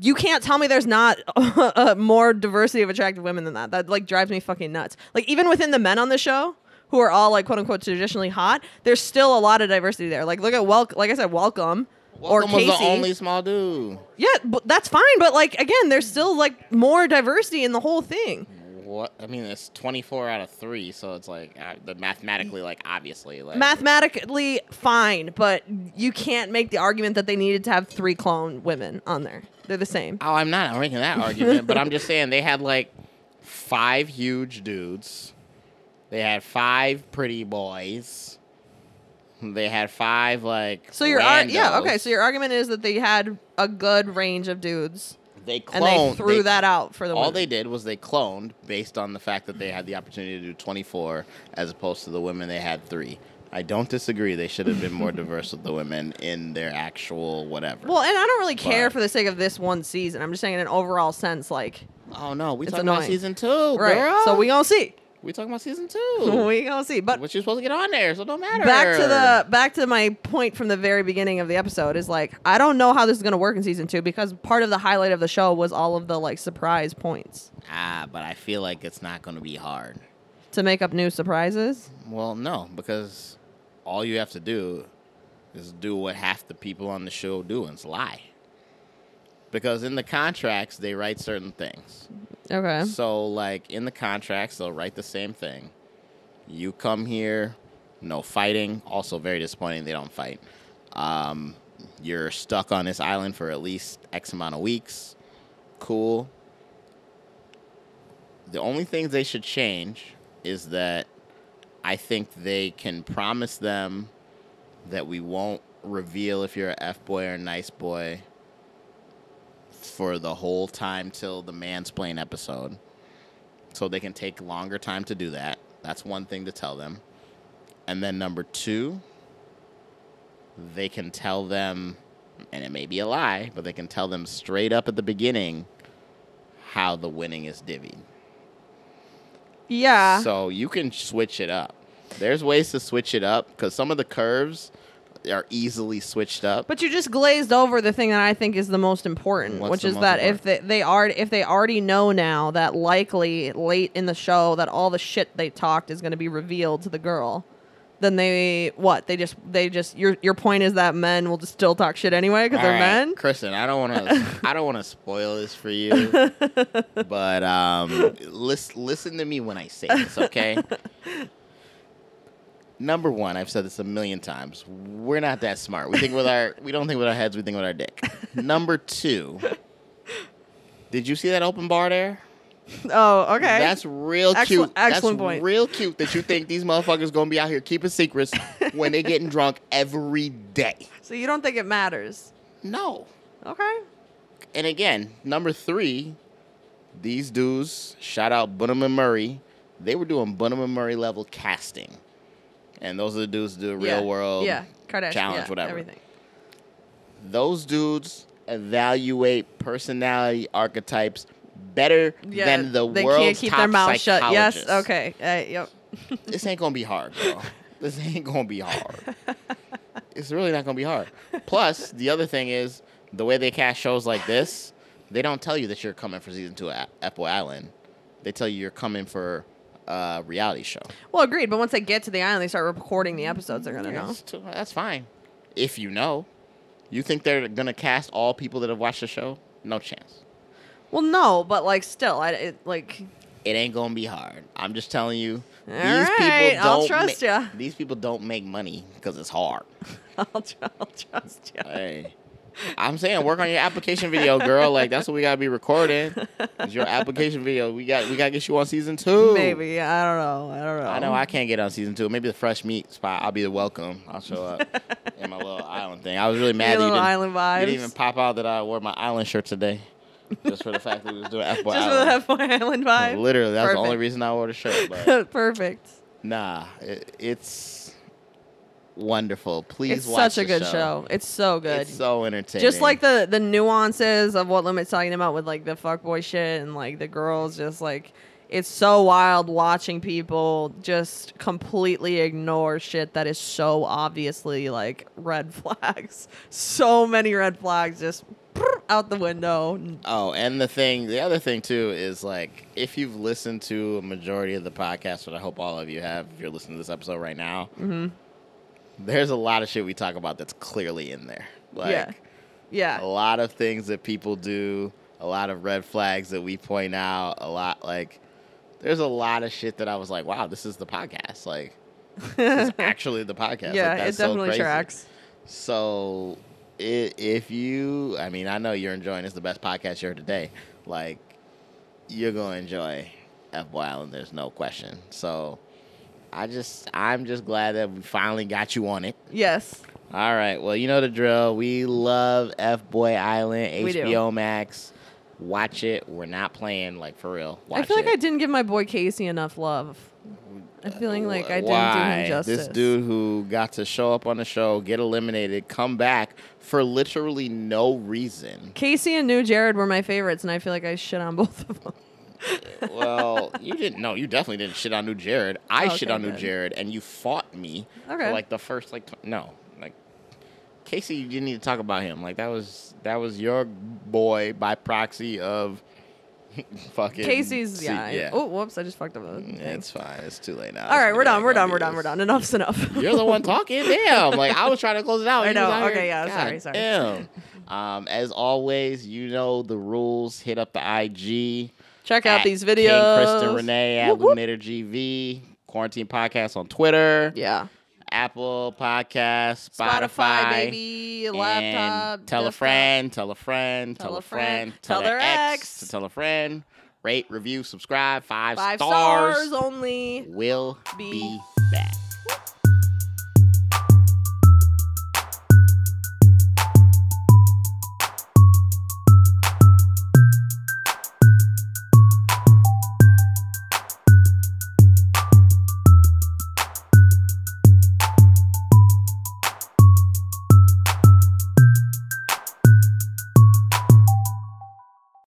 Speaker 2: you can't tell me there's not [laughs] uh, more diversity of attractive women than that. That like drives me fucking nuts. Like even within the men on the show, who are all like quote unquote traditionally hot, there's still a lot of diversity there. Like look at welcome, like I said, welcome, or
Speaker 1: Malcolm
Speaker 2: Casey.
Speaker 1: was the only small dude.
Speaker 2: yeah, but that's fine. But like again, there's still like more diversity in the whole thing.
Speaker 1: What I mean, it's twenty four out of three, so it's like uh, the mathematically, like obviously, like
Speaker 2: Mathematically fine, but you can't make the argument that they needed to have three clone women on there. They're the same.
Speaker 1: Oh, I'm not making that argument, but I'm just saying they had like five huge dudes. They had five pretty boys. They had five like.
Speaker 2: So your ar- yeah
Speaker 1: randos.
Speaker 2: okay. So your argument is that they had a good range of dudes.
Speaker 1: they cloned.
Speaker 2: and they threw
Speaker 1: they
Speaker 2: that out for the
Speaker 1: all
Speaker 2: women.
Speaker 1: they did was they cloned based on the fact that they had the opportunity to do 24 as opposed to the women they had three i don't disagree they should have been more diverse with the women in their actual whatever
Speaker 2: Well, and I don't really care
Speaker 1: But-
Speaker 2: for the sake of this one season. I'm just saying in an overall sense, like
Speaker 1: oh no we
Speaker 2: It's
Speaker 1: talking about
Speaker 2: annoying.
Speaker 1: season two
Speaker 2: right.
Speaker 1: Oh, girl.
Speaker 2: So we gonna see.
Speaker 1: we talking about season two
Speaker 2: [laughs] we gonna see.
Speaker 1: [laughs]
Speaker 2: But
Speaker 1: what you supposed to get on there so it don't matter
Speaker 2: back to the back to my point from the very beginning of the episode is like I don't know how this is gonna work in season two because part of the highlight of the show was all of the like surprise points.
Speaker 1: ah but i feel like it's not gonna be hard
Speaker 2: to make up new surprises.
Speaker 1: Well, no, because all you have to do is do what half the people on the show do, and it's lie. Because in the contracts, they write certain things.
Speaker 2: Okay.
Speaker 1: So, like in the contracts, they'll write the same thing. You come here, no fighting. Also, very disappointing they don't fight. Um, you're stuck on this island for at least X amount of weeks. Cool. The only things they should change is that I think they can promise them that we won't reveal if you're a F boy or a nice boy for the whole time till the mansplain episode. So they can take longer time to do that. That's one thing to tell them. And then number two, they can tell them, and it may be a lie, but they can tell them straight up at the beginning how the winning is divvied.
Speaker 2: Yeah.
Speaker 1: So you can switch it up. There's ways to switch it up because some of the curves are easily switched up.
Speaker 2: But you just glazed over the thing that I think is the most important,
Speaker 1: What's
Speaker 2: which
Speaker 1: the
Speaker 2: is
Speaker 1: most
Speaker 2: that if they, they are if they already know now that likely late in the show that all the shit they talked is going to be revealed to the girl, then they what they just they just your your point is that men will just still talk shit anyway because
Speaker 1: All
Speaker 2: they're
Speaker 1: right,
Speaker 2: men.
Speaker 1: Kristen, I don't want
Speaker 2: [laughs]
Speaker 1: to. I don't want to spoil this for you, but um, listen, listen to me when I say this,
Speaker 2: [laughs]
Speaker 1: okay? Number one, I've said this a million times. We're not that smart. We think with our. We don't think with our heads. We think with our dick. Number two. Did you see that open bar there?
Speaker 2: Oh, okay.
Speaker 1: That's real
Speaker 2: Excellent-
Speaker 1: cute.
Speaker 2: excellent
Speaker 1: That's
Speaker 2: point.
Speaker 1: real cute that you think these motherfuckers gonna be out here keeping secrets when they getting drunk every
Speaker 2: [laughs]
Speaker 1: day.
Speaker 2: so you don't think it matters?
Speaker 1: No.
Speaker 2: Okay.
Speaker 1: And again, number three, these dudes, shout out Bunham and Murray, they were doing Bunham and Murray level casting. And those are the dudes who do real
Speaker 2: Yeah.
Speaker 1: world.
Speaker 2: yeah, Kardashian
Speaker 1: challenge,
Speaker 2: yeah,
Speaker 1: whatever.
Speaker 2: Everything.
Speaker 1: Those dudes evaluate personality archetypes better
Speaker 2: Yeah,
Speaker 1: than the
Speaker 2: they
Speaker 1: world's
Speaker 2: can't keep
Speaker 1: top
Speaker 2: their mouth shut. Yes.
Speaker 1: psychologists.
Speaker 2: Okay. Uh, yep.
Speaker 1: this ain't gonna be hard,
Speaker 2: [laughs]
Speaker 1: bro. This ain't gonna be hard. it's really not gonna be hard. Plus, the other thing is the way they cast shows like this, they don't tell you that you're coming for season two of F Boy Island. They tell you you're coming for a reality show.
Speaker 2: Well, agreed. But once they get to the island, they start recording the episodes. They're gonna know.
Speaker 1: That's, too- that's fine. If you know, you think they're gonna cast all people that have watched the show? No chance.
Speaker 2: Well, no, but like still, I it, like [laughs]
Speaker 1: It ain't gonna be hard. I'm just telling you.
Speaker 2: All right, I'll trust
Speaker 1: ma-
Speaker 2: ya.
Speaker 1: These people don't make money because it's hard.
Speaker 2: I'll, tr- I'll trust you.
Speaker 1: Hey, I'm saying work on your application video, girl. Like that's what we gotta be recording. Is your application video? We got we gotta get you on season two.
Speaker 2: [laughs] Maybe I don't know. I don't know.
Speaker 1: I know I can't get on season two. Maybe the fresh meat spot. I'll be the welcome. I'll show up in my
Speaker 2: [laughs]
Speaker 1: little island thing. I was really mad
Speaker 2: Your
Speaker 1: that you
Speaker 2: little
Speaker 1: didn't,
Speaker 2: island vibes.
Speaker 1: you didn't even pop out that I wore my island shirt today, just for the fact that we was doing F boy
Speaker 2: [laughs] Just
Speaker 1: island.
Speaker 2: for the Half Island vibe.
Speaker 1: Literally, that's the only
Speaker 2: Perfect.
Speaker 1: reason I wore the shirt.
Speaker 2: [laughs]
Speaker 1: But
Speaker 2: Perfect.
Speaker 1: nah, it, it's wonderful. Please
Speaker 2: it's
Speaker 1: watch
Speaker 2: such a
Speaker 1: the
Speaker 2: good show. It's so good.
Speaker 1: It's so entertaining.
Speaker 2: just like the the nuances of what Limit's talking about with like the fuckboy shit and like the girls just like it's so wild watching people just completely ignore shit that is so obviously like red [laughs] flags. So many red flags just [laughs] out the window.
Speaker 1: Oh, and the thing, the other thing too is like if you've listened to a majority of the podcast, which I hope all of you have, if you're listening to this episode right now,
Speaker 2: Mm-hmm.
Speaker 1: there's a lot of shit we talk about that's clearly in there. Like oh,
Speaker 2: yeah. Yeah.
Speaker 1: a lot of things that people do, a lot of red flags that we point out, a lot like there's a lot of shit that I was like, wow, this is the podcast. Like this is
Speaker 2: [laughs]
Speaker 1: actually the podcast. Like,
Speaker 2: yeah,
Speaker 1: that's
Speaker 2: it
Speaker 1: so
Speaker 2: definitely
Speaker 1: crazy.
Speaker 2: tracks.
Speaker 1: So, i if you, I mean, I know you're enjoying. It's the best podcast you heard today. Like, you're gonna enjoy F Boy Island. There's no question. So, I just, I'm just glad that we finally got you on it.
Speaker 2: Yes.
Speaker 1: All right. Well, you know the drill. We love F Boy Island.
Speaker 2: We do.
Speaker 1: HBO Max. Watch it. We're not playing. Like for real. Watch
Speaker 2: I feel
Speaker 1: it.
Speaker 2: like I didn't give my boy Casey enough love. I'm feeling like I didn't do
Speaker 1: Why?
Speaker 2: him justice.
Speaker 1: This dude who got to show up on the show, get eliminated, come back for literally no reason.
Speaker 2: [laughs] Casey and New Jared were my favorites, and I feel like I shit on [laughs] both of them.
Speaker 1: well, you didn't. No, you definitely didn't shit on New Jared. I
Speaker 2: Oh, Okay,
Speaker 1: shit on New
Speaker 2: good.
Speaker 1: Jared, and you fought me.
Speaker 2: Okay.
Speaker 1: For like the first like tw- no like. Casey, you didn't need to talk about him. Like that was that was your boy by proxy of [laughs] fucking
Speaker 2: Casey's
Speaker 1: see-
Speaker 2: yeah.
Speaker 1: yeah. Mm,
Speaker 2: Oh, whoops! I just fucked up the.
Speaker 1: Yeah,
Speaker 2: thing.
Speaker 1: It's fine. It's too late now.
Speaker 2: All right,
Speaker 1: It's
Speaker 2: we're
Speaker 1: been
Speaker 2: done.
Speaker 1: like
Speaker 2: We're
Speaker 1: a
Speaker 2: done. We're
Speaker 1: year.
Speaker 2: done. We're done. Enough's enough.
Speaker 1: [laughs] You're the one talking. Damn. Like I was trying to close it out. You
Speaker 2: I
Speaker 1: was
Speaker 2: know.
Speaker 1: out here-
Speaker 2: Okay, yeah,
Speaker 1: God
Speaker 2: sorry, sorry.
Speaker 1: Damn. Um, as always, you know the rules. Hit up the IG.
Speaker 2: [laughs] Check out
Speaker 1: at
Speaker 2: these
Speaker 1: King
Speaker 2: videos.
Speaker 1: Kristen Renee at
Speaker 2: Whoop, whoop.
Speaker 1: Luminator GV. Quarantine Podcast on Twitter.
Speaker 2: Yeah.
Speaker 1: Apple Podcast.
Speaker 2: Spotify,
Speaker 1: Spotify.
Speaker 2: baby,
Speaker 1: and
Speaker 2: laptop.
Speaker 1: Tell a
Speaker 2: desktop.
Speaker 1: friend. Tell a friend. Tell a friend. Tell their ex. To tell a friend. Rate, review, subscribe. Five,
Speaker 2: Five
Speaker 1: stars.
Speaker 2: stars only.
Speaker 1: We'll
Speaker 2: Be
Speaker 1: be back.